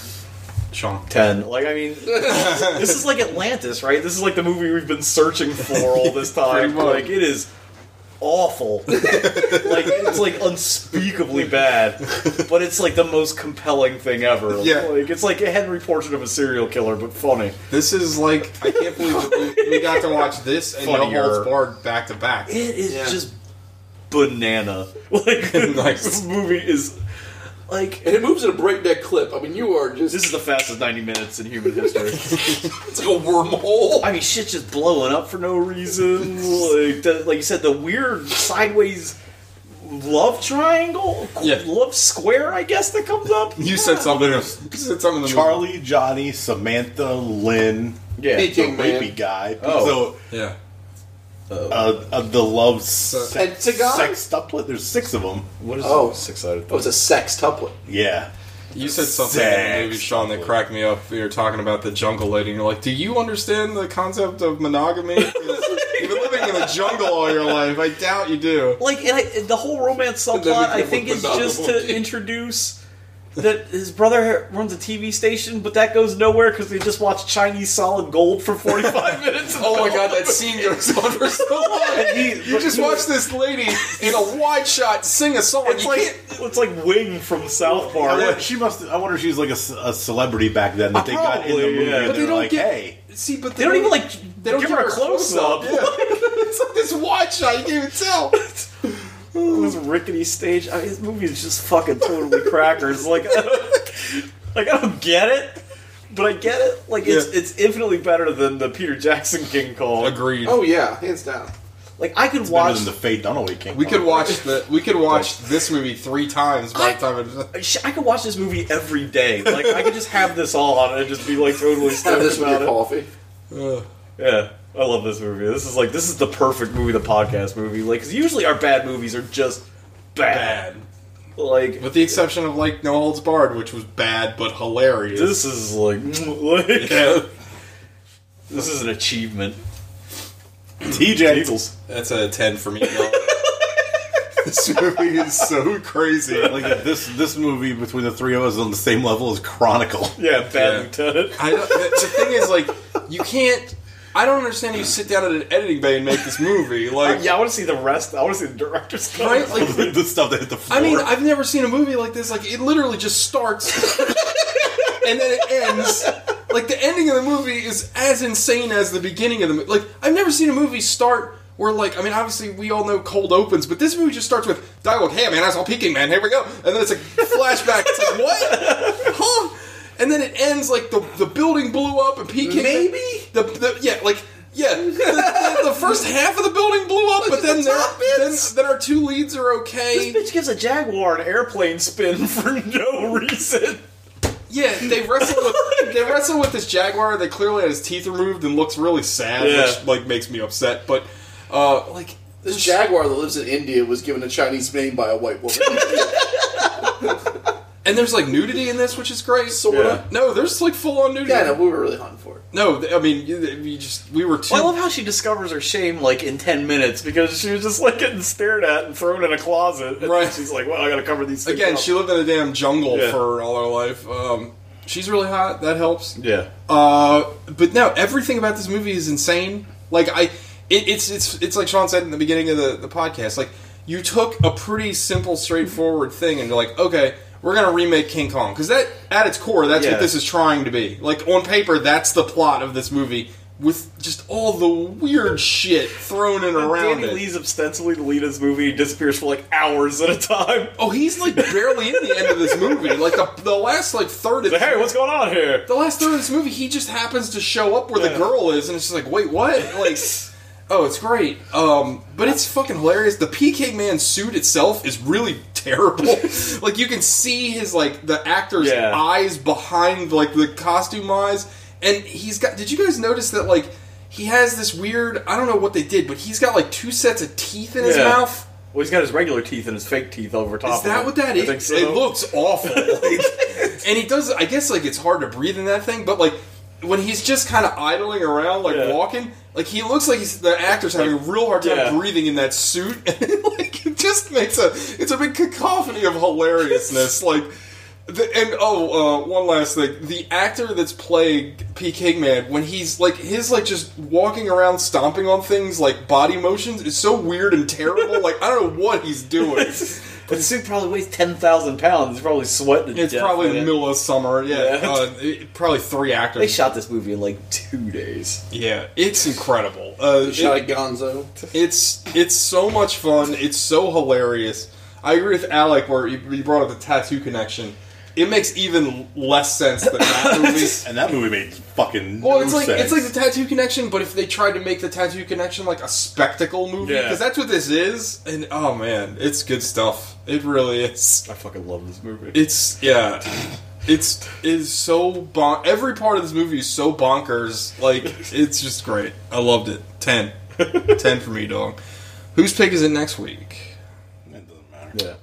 S7: Sean.
S9: Ten. Like I mean, this is like Atlantis, right? This is like the movie we've been searching for all this time. like it is awful. like it's like unspeakably bad, but it's like the most compelling thing ever.
S7: Yeah.
S9: Like it's like a Henry Portrait of a Serial Killer, but funny.
S7: This is like I can't believe that we, we got to watch this and No
S9: Funnier.
S7: Holds Barred back to back.
S9: It is just banana. Like this movie is like
S6: and it moves at a breakneck clip. I mean, you are just
S9: this is the fastest ninety minutes in human history.
S6: it's like a wormhole.
S9: I mean, shit's just blowing up for no reason. Like, the, like you said, the weird sideways love triangle,
S7: Yeah.
S9: love square, I guess that comes up.
S7: You said something. else. You said something.
S8: Charlie, Johnny, Samantha, Lynn,
S9: Yeah.
S8: the
S6: Peking
S8: rapey
S6: Man.
S8: guy.
S6: Oh.
S7: yeah.
S8: So uh, uh, the love sex,
S6: Pentagon?
S8: sextuplet. There's six of them.
S9: What
S6: is Oh. a
S9: six-sided?
S6: Oh, it's a sextuplet.
S8: Yeah.
S7: You said something in the movie, Sean, that cracked me up. You were talking about the jungle lady, and you're like, "Do you understand the concept of monogamy? 'Cause You've been living in the jungle all your life. I doubt you do."
S9: Like, and I, and the whole romance
S7: then we
S9: subplot, I
S7: come
S9: think,
S7: with
S9: is
S7: another
S9: just
S7: movie.
S9: to introduce that his brother runs a TV station, but that goes nowhere because they just watch Chinese solid gold for 45 minutes.
S7: Oh my god, that scene goes on for so long. you just watch this lady in a wide shot sing a song. It's like
S9: it's like Wing from South
S8: I
S9: Park.
S8: wonder- she must. I wonder if she was like a, ce- a celebrity back then that they got in the
S9: Probably,
S8: movie.
S9: yeah.
S8: and
S9: But they
S8: were
S9: don't
S8: like,
S9: get-
S8: hey,
S7: See, but
S9: they don't even like give her a close up.
S7: it's like this wide shot. You can't even tell.
S9: this rickety stage. I mean, this movie is just fucking totally crackers. Like, I don't- like I don't get it, but I get it. Like it's it's infinitely better than the Peter Jackson King Call.
S7: Agreed.
S6: Oh yeah, hands down.
S9: Like I could
S8: better
S9: watch.
S8: than the Faye Dunaway King.
S7: we could watch the we could watch this movie three times by the time it.
S9: sh- I could watch this movie every day. Like I could just have this all on and just be like totally stoked
S6: this with
S9: about
S6: your
S9: it.
S6: coffee.
S9: Yeah, I love this movie. This is like this is the perfect movie, the podcast movie. Like, because usually our bad movies are just bad. Like,
S7: with the exception of like No Holds Barred, which was bad but hilarious.
S9: This is like, like
S7: Yeah.
S9: this is an achievement.
S8: TJ.
S9: Eagles.
S7: That's a ten for me. this movie is so crazy.
S8: Like this this movie between the three of us is on the same level as Chronicle.
S9: Yeah, bad
S7: Yeah.
S9: lieutenant.
S7: I don't, the the thing is, like, you can't. I don't understand. how You sit down at an editing bay and make this movie. Like,
S9: yeah, I want to see the rest. I want to see the director's cut.
S7: Right, like-
S8: the, the stuff that hit the floor.
S7: I mean, I've never seen a movie like this. Like, it literally just starts and then it ends, like the ending of the movie is as insane as the beginning of the movie. Like I've never seen a movie start where like I mean obviously we all know cold opens, but this movie just starts with dialogue. Hey man, I saw Peking man. Here we go, and then it's like flashback. it's like what? Huh? And then it ends like the the building blew up and Peking
S11: Maybe?
S7: the, the yeah like. Yeah, the, the- the first half of the building blew up, but then, there, then then our two leads are okay.
S9: This bitch gives a jaguar an airplane spin for no reason.
S7: Yeah, they wrestle with they wrestle with this jaguar that clearly had his teeth removed and looks really sad,
S6: Yeah.
S7: which like makes me upset. But uh, like
S11: This jaguar that lives in India was given a Chinese name by a white woman.
S7: and there's like nudity in this, which is great. So
S11: Yeah.
S7: no, there's like full on nudity.
S11: yeah, no, we were really hunting for it.
S7: No, th- I mean you, you just we were too.
S9: Well, I love how she discovers her shame like in ten minutes because she was just like getting stared at and thrown in a closet. And right. She's like, well, I gotta cover these things
S7: Again,
S9: up."
S7: she lived in a damn jungle
S9: Yeah.
S7: for all her life. Um, she's really hot. That helps.
S9: Yeah.
S7: Uh, but no, everything about this movie is insane. Like I, it, it's it's it's like Sean said in the beginning of the, the podcast. Like you took a pretty simple, straightforward thing, and you're like, okay, we're gonna remake King Kong because that at its core, that's
S9: Yeah.
S7: what this is trying to be. Like on paper, that's the plot of this movie with just all the weird shit thrown in around
S9: Danny
S7: it.
S9: Lee's ostensibly the lead of this movie. He disappears for like hours at a time.
S7: Oh, he's like barely in the end of this movie. Like the, the last like third of
S9: Like, hey, what's going on here?
S7: The last third of this movie, he just happens to show up where the girl is, and it's just like, wait, what? Like, oh, it's great. Um, but it's fucking hilarious. The PK Man suit itself is really terrible. like, you can see his like the actor's
S9: Yeah.
S7: eyes behind like the costume eyes, and he's got. Did you guys notice that like he has this weird? I don't know what they did, but he's got like two sets of teeth in his
S9: Yeah.
S7: mouth.
S9: Well, he's got his regular teeth and his fake teeth over top.
S7: Is that
S9: of it.
S7: what that
S9: I think
S7: is?
S9: so.
S7: It looks awful. Like, and he does. I guess like it's hard to breathe in that thing, but like when he's just kind of idling around, like walking, like he looks like he's the actor's having a real hard time
S9: Yeah.
S7: breathing in that suit. And like it just makes a it's a big cacophony of hilariousness. like. The, and oh, uh, one last thing: the actor that's playing P. Kingman, when he's like his like just walking around stomping on things, like body motions, is so weird and terrible. like I don't know what he's doing.
S9: But the suit probably weighs ten thousand pounds. He's probably sweating.
S7: It's probably the middle of summer. Yeah,
S9: Yeah.
S7: Uh, it- probably three actors.
S9: They shot this movie in like two days.
S7: Yeah, it's incredible. Uh,
S11: They shot
S7: it-
S11: Gonzo.
S7: It's it's so much fun. It's so hilarious. I agree with Alec where you, you brought up the tattoo connection. It makes even less sense than that movie.
S8: and that movie made fucking
S7: Well,
S8: no
S7: it's like
S8: sense.
S7: it's like the tattoo connection, but if they tried to make the tattoo connection like a spectacle movie,
S8: Yeah.
S7: because that's what this is. And oh man, it's good stuff. It really is.
S9: I fucking love this movie.
S7: It's yeah, it's is so bon. Every part of this movie is so bonkers. Like it's just great. I loved it. Ten. Ten for me, dog. Whose pick is it next week?
S9: Yeah.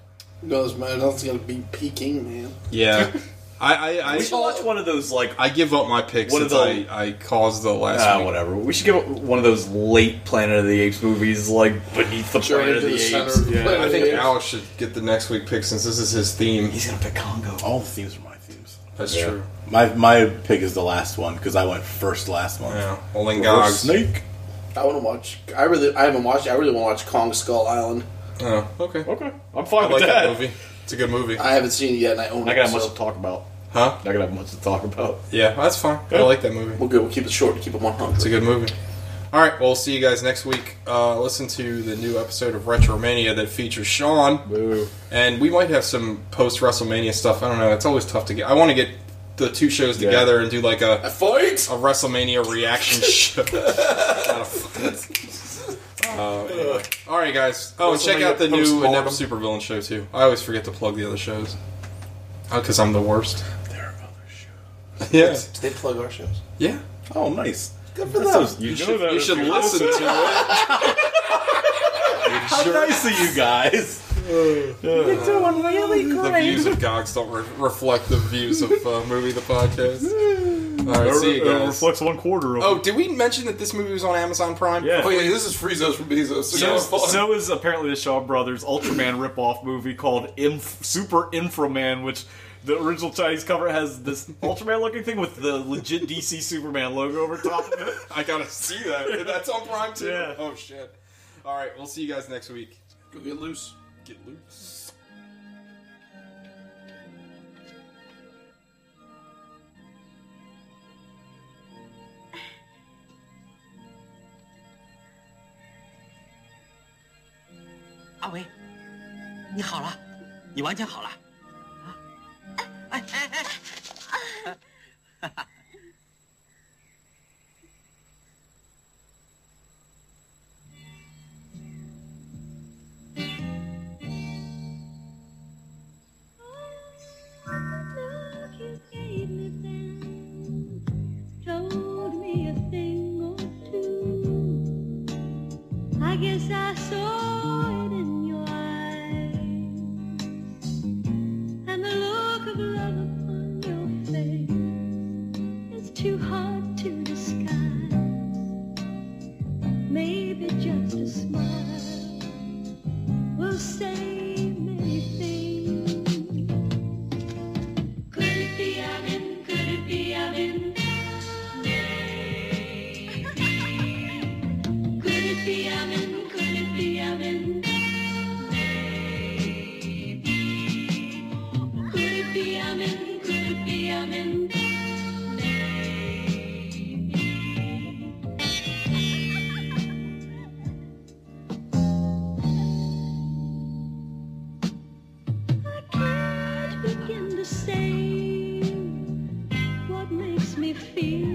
S11: No, this man, nothing's gonna be Peking, man.
S7: Yeah. I, I, I
S9: we should watch one of those like
S7: I give up my picks
S9: One of
S7: since
S9: the-
S7: I, I caused the last
S9: ah,
S7: week.
S9: whatever. We should give one of those late Planet of the Apes movies, like Beneath the
S7: Journey
S9: Planet of
S7: to
S9: the,
S7: the center
S9: Apes.
S7: of the Planet I of think the Apes. Alex should get the next week pick since this is his theme. He's
S9: gonna pick Congo.
S8: All the themes are my themes.
S7: That's
S8: Yeah.
S7: true.
S8: My my pick is the last one because I went first last month.
S7: Yeah,
S8: Or snake.
S11: I want to watch. I really, I haven't watched. I really want to watch Kong Skull Island.
S7: Oh, okay,
S9: okay. I'm
S7: fine I with like that that. movie. It's a good movie.
S11: I haven't seen it yet, and I own
S9: Not
S11: it.
S9: gonna have
S11: so-
S9: much to talk about.
S7: Huh?
S9: Not gonna have much to talk about.
S7: Yeah, that's fine. I like that movie.
S11: Well, good. We'll keep it short. and Keep it one hundred.
S7: It's a good movie. All right, well, we'll see you guys next week. Uh, listen to the new episode of Retromania that features Sean. And we might have some post WrestleMania stuff. I don't know. It's always tough to get. I want to get the two shows
S9: Yeah.
S7: together and do like a
S11: a fight,
S7: a WrestleMania reaction show. Not a Uh, all right, guys. Oh, and check out the new
S9: Post-mortem.
S7: Inevitable Supervillain show too. I always forget to plug the other shows because I'm the worst. There are other shows.
S11: Did they plug our shows?
S7: Yeah.
S8: Yeah. Oh, nice.
S11: Good
S7: for them. You should- you should listen to
S8: How nice of you guys.
S7: You're
S8: doing really
S7: The views of Gogs don't re- reflect the views of uh, movie the podcast. All right,
S9: It
S7: see you
S9: re- it
S7: guys.
S9: reflects one quarter of
S7: Oh,
S9: it.
S7: did we mention that this movie was on Amazon Prime?
S9: Yeah.
S7: Oh, yeah, this is Friezos from Bezos. So
S9: So,
S7: that was fun.
S9: is, so is apparently the Shaw Brothers Ultraman ripoff movie called Inf- Super Inframan, which the original Chinese cover has this Ultraman looking thing with the legit DC Superman logo over top of it.
S7: I gotta see that. That's on Prime too.
S9: Yeah.
S7: Oh shit. All right, we'll see you guys next week. Go get loose. Get loose.
S15: 阿伟，你好了，你完全好了。
S5: 哎哎哎！
S4: told me a thing or two. I guess I saw it in your eyes and the look of love upon your face. It's too hard to disguise. Maybe just a smile will say many things. Could it be I'm in? Could it be I'm in? Could it be I'm in? Could it be I'm in? Could it be I'm in? Could it be I'm in? Begin to say what makes me feel